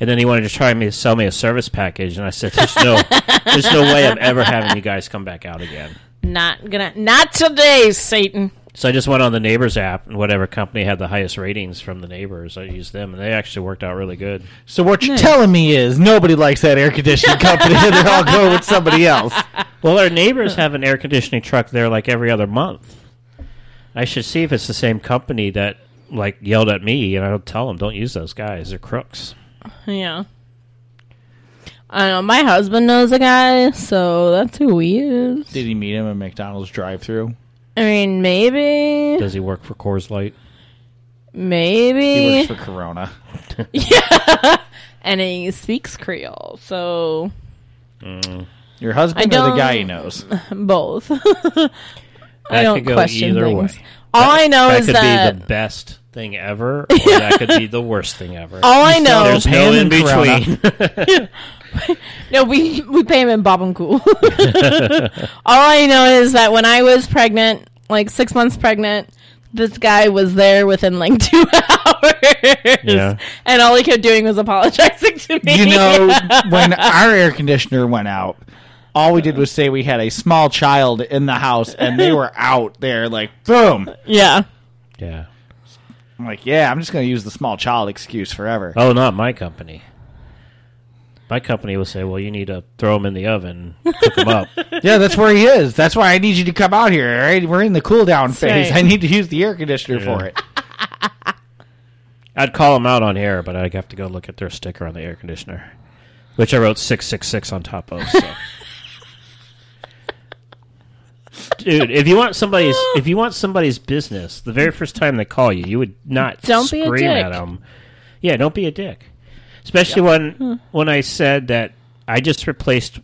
Speaker 1: And then he wanted to try me to sell me a service package, and I said, "There's no, there's no way of ever having you guys come back out again."
Speaker 3: Not gonna. Not today, Satan.
Speaker 1: So I just went on the neighbors app, and whatever company had the highest ratings from the neighbors, I used them, and they actually worked out really good.
Speaker 2: so what you're telling me is nobody likes that air conditioning company and they're all going with somebody else.
Speaker 1: Well, our neighbors have an air conditioning truck there like every other month. I should see if it's the same company that like yelled at me, and I don't tell them, "Don't use those guys; they're crooks."
Speaker 3: Yeah. I don't know. My husband knows a guy, so that's who he is.
Speaker 2: Did he meet him at McDonald's drive through?
Speaker 3: I mean, maybe,
Speaker 1: Does he work for Coors Light?
Speaker 2: He
Speaker 3: maybe,
Speaker 2: works for Corona.
Speaker 3: and he speaks Creole, so
Speaker 2: Your husband
Speaker 3: I
Speaker 2: or the
Speaker 3: don't-
Speaker 2: guy he knows?
Speaker 3: both. I
Speaker 1: That
Speaker 3: don't
Speaker 1: could go
Speaker 3: question
Speaker 1: either
Speaker 3: things.
Speaker 1: way.
Speaker 3: All I know
Speaker 1: that
Speaker 3: is
Speaker 1: could
Speaker 3: that
Speaker 1: be the best thing ever, or that could be the worst thing ever.
Speaker 3: all I know
Speaker 1: There's no
Speaker 2: Pam
Speaker 1: in
Speaker 2: and Corona.
Speaker 1: between.
Speaker 3: No, we we pay him in Bob and Cool. All I know is that when I was pregnant, like six months pregnant, this guy was there within like two hours,
Speaker 1: Yeah.
Speaker 3: and all he kept doing was apologizing to me.
Speaker 2: You know, when our air conditioner went out, all we did was say we had a small child in the house and they were out there like, boom.
Speaker 3: yeah.
Speaker 1: yeah.
Speaker 2: I'm like, yeah, I'm just going to use the small child excuse forever.
Speaker 1: Oh, not my company. My company will say, "Well, you need to throw them in the oven, cook them up."
Speaker 2: Yeah, that's where he is. That's why I need you to come out here. All right, we're in the cool down phase.
Speaker 3: right.
Speaker 2: I need to use the air conditioner for it.
Speaker 1: I'd call them out on air, but I'd have to go look at their sticker on the air conditioner, which I wrote six six six on top of. So. Dude, if you want somebody's if you want somebody's business, the very first time they call you, you would not
Speaker 3: Don't be a
Speaker 1: scream at
Speaker 3: dick.
Speaker 1: them. Yeah, don't be a dick. Especially when when I said that I just replaced.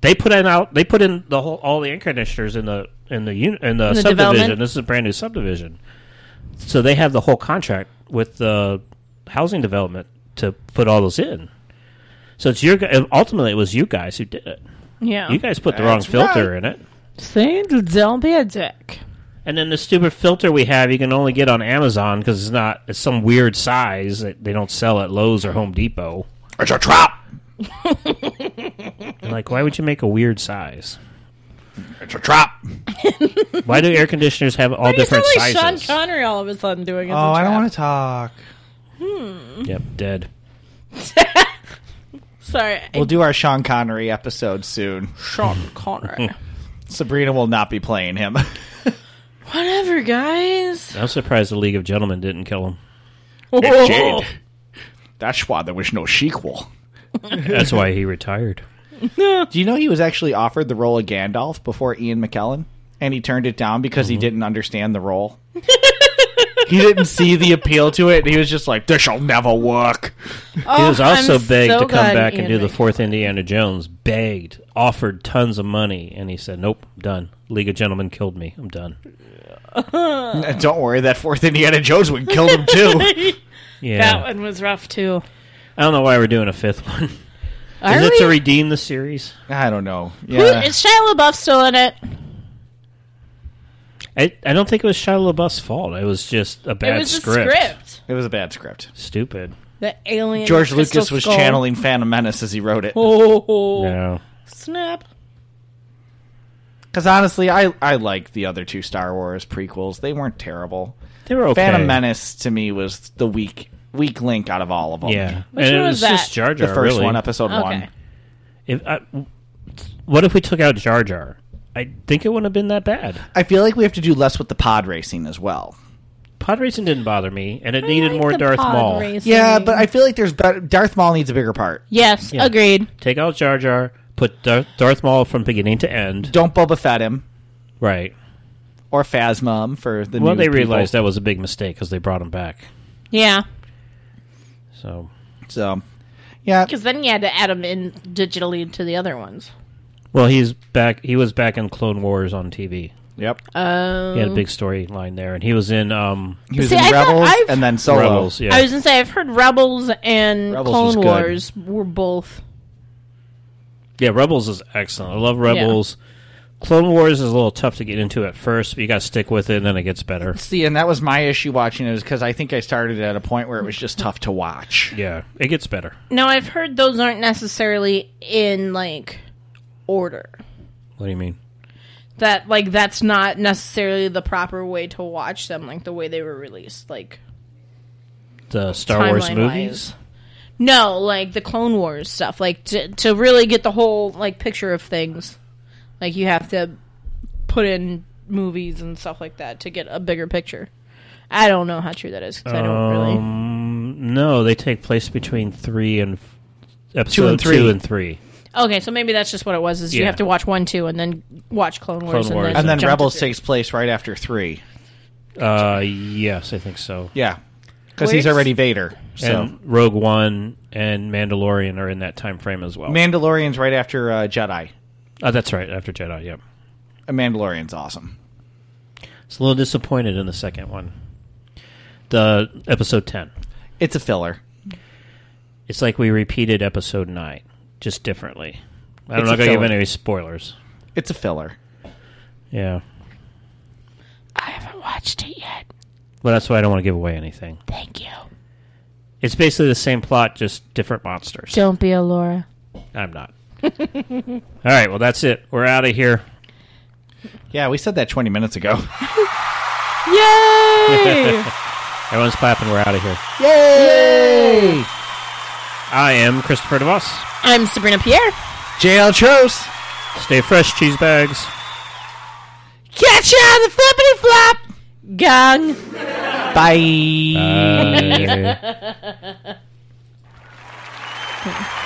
Speaker 1: They put in out. They put in the whole all the air conditioners in the in the uni, in the,
Speaker 3: the
Speaker 1: subdivision.
Speaker 3: development?
Speaker 1: This is a brand new subdivision, so they have the whole contract with the housing development to put all those in. So it's your gu- ultimately it was you guys who did it.
Speaker 3: Yeah.
Speaker 1: You guys put the wrong
Speaker 2: That's
Speaker 1: filter
Speaker 2: right.
Speaker 1: in it.
Speaker 3: See, don't be a dick.
Speaker 1: And then the stupid filter we have, you can only get on Amazon because it's not it's some weird size that they don't sell at Lowe's or Home Depot.
Speaker 2: It's a trap.
Speaker 1: And like, why would you make a weird size?
Speaker 2: It's a trap.
Speaker 1: Why do air conditioners have all
Speaker 3: You sound
Speaker 1: different
Speaker 3: like Sean
Speaker 1: sizes?
Speaker 3: Connery all of a sudden doing.
Speaker 2: Oh, I don't want to talk.
Speaker 1: Yep, dead.
Speaker 3: to. Sorry,
Speaker 2: We'll do our Sean Connery episode soon.
Speaker 3: Sean Connery.
Speaker 2: Sabrina will not be playing him.
Speaker 3: Whatever, guys.
Speaker 1: I'm surprised the League of Gentlemen didn't kill him.
Speaker 3: Whoa.
Speaker 2: That's why there was no sequel.
Speaker 1: That's why he retired.
Speaker 2: Do you know he was actually offered the role of
Speaker 3: Mm-hmm.
Speaker 2: Gandalf before Ian McKellen? And he turned it down because he didn't understand the role. he didn't see the appeal to it, and he was just like, "This will never work."
Speaker 3: Oh,
Speaker 1: He was also begged to come back and do the
Speaker 3: fourth.
Speaker 1: fourth Indiana Jones. Begged, offered tons of money, and he said, "Nope, I'm done. League of Gentlemen killed me. I'm done."
Speaker 2: And don't worry, that fourth Indiana Jones would kill him too.
Speaker 1: Yeah,
Speaker 3: That one was rough too.
Speaker 1: I don't know why we're doing a fifth one. Is
Speaker 3: Are
Speaker 1: it
Speaker 3: we-
Speaker 1: to redeem the series?
Speaker 2: I don't know.
Speaker 3: Who-
Speaker 1: Uh,
Speaker 2: Yeah,
Speaker 3: Is Shia LaBeouf still in it?
Speaker 1: I, I don't think it was Shia LaBeouf's fault. It was just a bad
Speaker 3: it was
Speaker 1: script.
Speaker 3: a script.
Speaker 2: it was a bad script.
Speaker 1: Stupid.
Speaker 3: The alien.
Speaker 2: George
Speaker 3: crystal
Speaker 2: Lucas was
Speaker 3: skull.
Speaker 2: channeling Phantom Menace as he wrote it.
Speaker 3: Oh
Speaker 1: No.
Speaker 3: snap!
Speaker 2: Because honestly, I I like the other two Star Wars prequels. They weren't terrible.
Speaker 1: They were okay.
Speaker 2: Phantom Menace to me was the weak weak link out of all of them.
Speaker 1: Yeah.
Speaker 3: Which
Speaker 1: and
Speaker 3: one
Speaker 1: it
Speaker 3: was
Speaker 1: was just
Speaker 3: that?
Speaker 1: Jar
Speaker 2: the
Speaker 1: Jar,
Speaker 2: first
Speaker 1: really.
Speaker 2: one, episode
Speaker 3: Okay.
Speaker 2: one.
Speaker 1: If I, what if we took out Jar Jar? I think it wouldn't have been that bad.
Speaker 2: I feel like we have to do less with the pod racing as well.
Speaker 1: Pod racing didn't bother me, and it
Speaker 3: I
Speaker 1: needed
Speaker 3: like
Speaker 1: more
Speaker 3: the
Speaker 1: Darth
Speaker 3: pod
Speaker 1: Maul.
Speaker 3: racing.
Speaker 2: Yeah, but I feel like there's better. Darth Maul needs a bigger part.
Speaker 3: yes,
Speaker 1: Yeah.
Speaker 3: agreed.
Speaker 1: Take out Jar Jar, put Dar- Darth Maul from beginning to end.
Speaker 2: Don't Boba Fett him
Speaker 1: Right.
Speaker 2: or Phasma him for the.
Speaker 1: Well,
Speaker 2: new
Speaker 1: they
Speaker 2: people.
Speaker 1: realized that was a big mistake because they brought him back.
Speaker 3: Yeah,
Speaker 1: So
Speaker 2: So, yeah,
Speaker 3: because then you had to add them in digitally to the other ones.
Speaker 1: Well, he's back. He was back in Clone Wars on TV.
Speaker 2: yep.
Speaker 3: Uh, Um,
Speaker 1: He
Speaker 3: Mm-hmm.
Speaker 1: had a big storyline there, and he was in um,
Speaker 2: He was
Speaker 3: See,
Speaker 2: in
Speaker 3: I thought
Speaker 2: Rebels
Speaker 3: I've-
Speaker 2: and then Solo.
Speaker 1: Rebels. Yeah,
Speaker 3: I was gonna say I've heard Rebels and
Speaker 2: Rebels was
Speaker 3: Clone
Speaker 2: good.
Speaker 3: Wars were both.
Speaker 1: yeah. Rebels is excellent. I love Rebels. Clone Wars is a little tough to get into at first, but you got to stick with it, and then it gets better.
Speaker 2: See, and that was my issue watching it is because I think I started at a point where it was just tough to watch.
Speaker 1: Yeah, it gets better.
Speaker 3: Now I've heard those aren't necessarily in like order.
Speaker 1: What do you mean?
Speaker 3: That like that's not necessarily the proper way to watch them, like the way they were released, like
Speaker 1: The Star Wars
Speaker 3: timeline-wise.
Speaker 1: movies.
Speaker 3: No, like the Clone Wars stuff. Like to to really get the whole like picture of things, like you have to put in movies and stuff like that to get a bigger picture. I don't know how true that is 'cause I don't really.
Speaker 1: Um, no, they take place between three and f- episode two
Speaker 2: and
Speaker 1: and three.
Speaker 2: three.
Speaker 3: Okay, so maybe that's just what it was. Is you
Speaker 1: Yeah.
Speaker 3: have to watch one, two, and then watch Clone
Speaker 1: Wars.
Speaker 3: Wars, and then
Speaker 2: And then
Speaker 3: jump to
Speaker 2: Rebels
Speaker 3: three.
Speaker 2: takes place right after three.
Speaker 1: Uh, yes, I think so.
Speaker 2: Yeah, because
Speaker 3: Where's-
Speaker 2: he's already Vader. So
Speaker 1: And Rogue One and Mandalorian are in that time frame as well.
Speaker 2: Mandalorian's right after uh, Jedi.
Speaker 1: oh, that's right, after Jedi. Yeah.
Speaker 2: A Mandalorian's awesome.
Speaker 1: It's a little disappointed in the second one. The episode 10.
Speaker 2: It's a filler.
Speaker 1: It's like we repeated episode 9, just differently. I'm
Speaker 2: It's a
Speaker 1: not going to give
Speaker 2: filler.
Speaker 1: any spoilers.
Speaker 2: It's a filler.
Speaker 1: Yeah.
Speaker 3: I haven't watched it yet.
Speaker 1: Well, that's why I don't want to give away anything.
Speaker 3: Thank you.
Speaker 1: It's basically the same plot, just different monsters.
Speaker 3: Don't be a Laura.
Speaker 1: I'm not. All right, well, that's it. We're out of here.
Speaker 2: Yeah, we said that 20 minutes ago.
Speaker 3: Yay!
Speaker 1: Everyone's clapping. We're out of here.
Speaker 2: Yay!
Speaker 1: I am Christopher DeVos.
Speaker 3: I'm Sabrina Pierre.
Speaker 2: JL Chose.
Speaker 1: Stay fresh, cheese bags.
Speaker 3: Catch you on the flippity flop. Gang.
Speaker 2: Bye.
Speaker 1: Bye.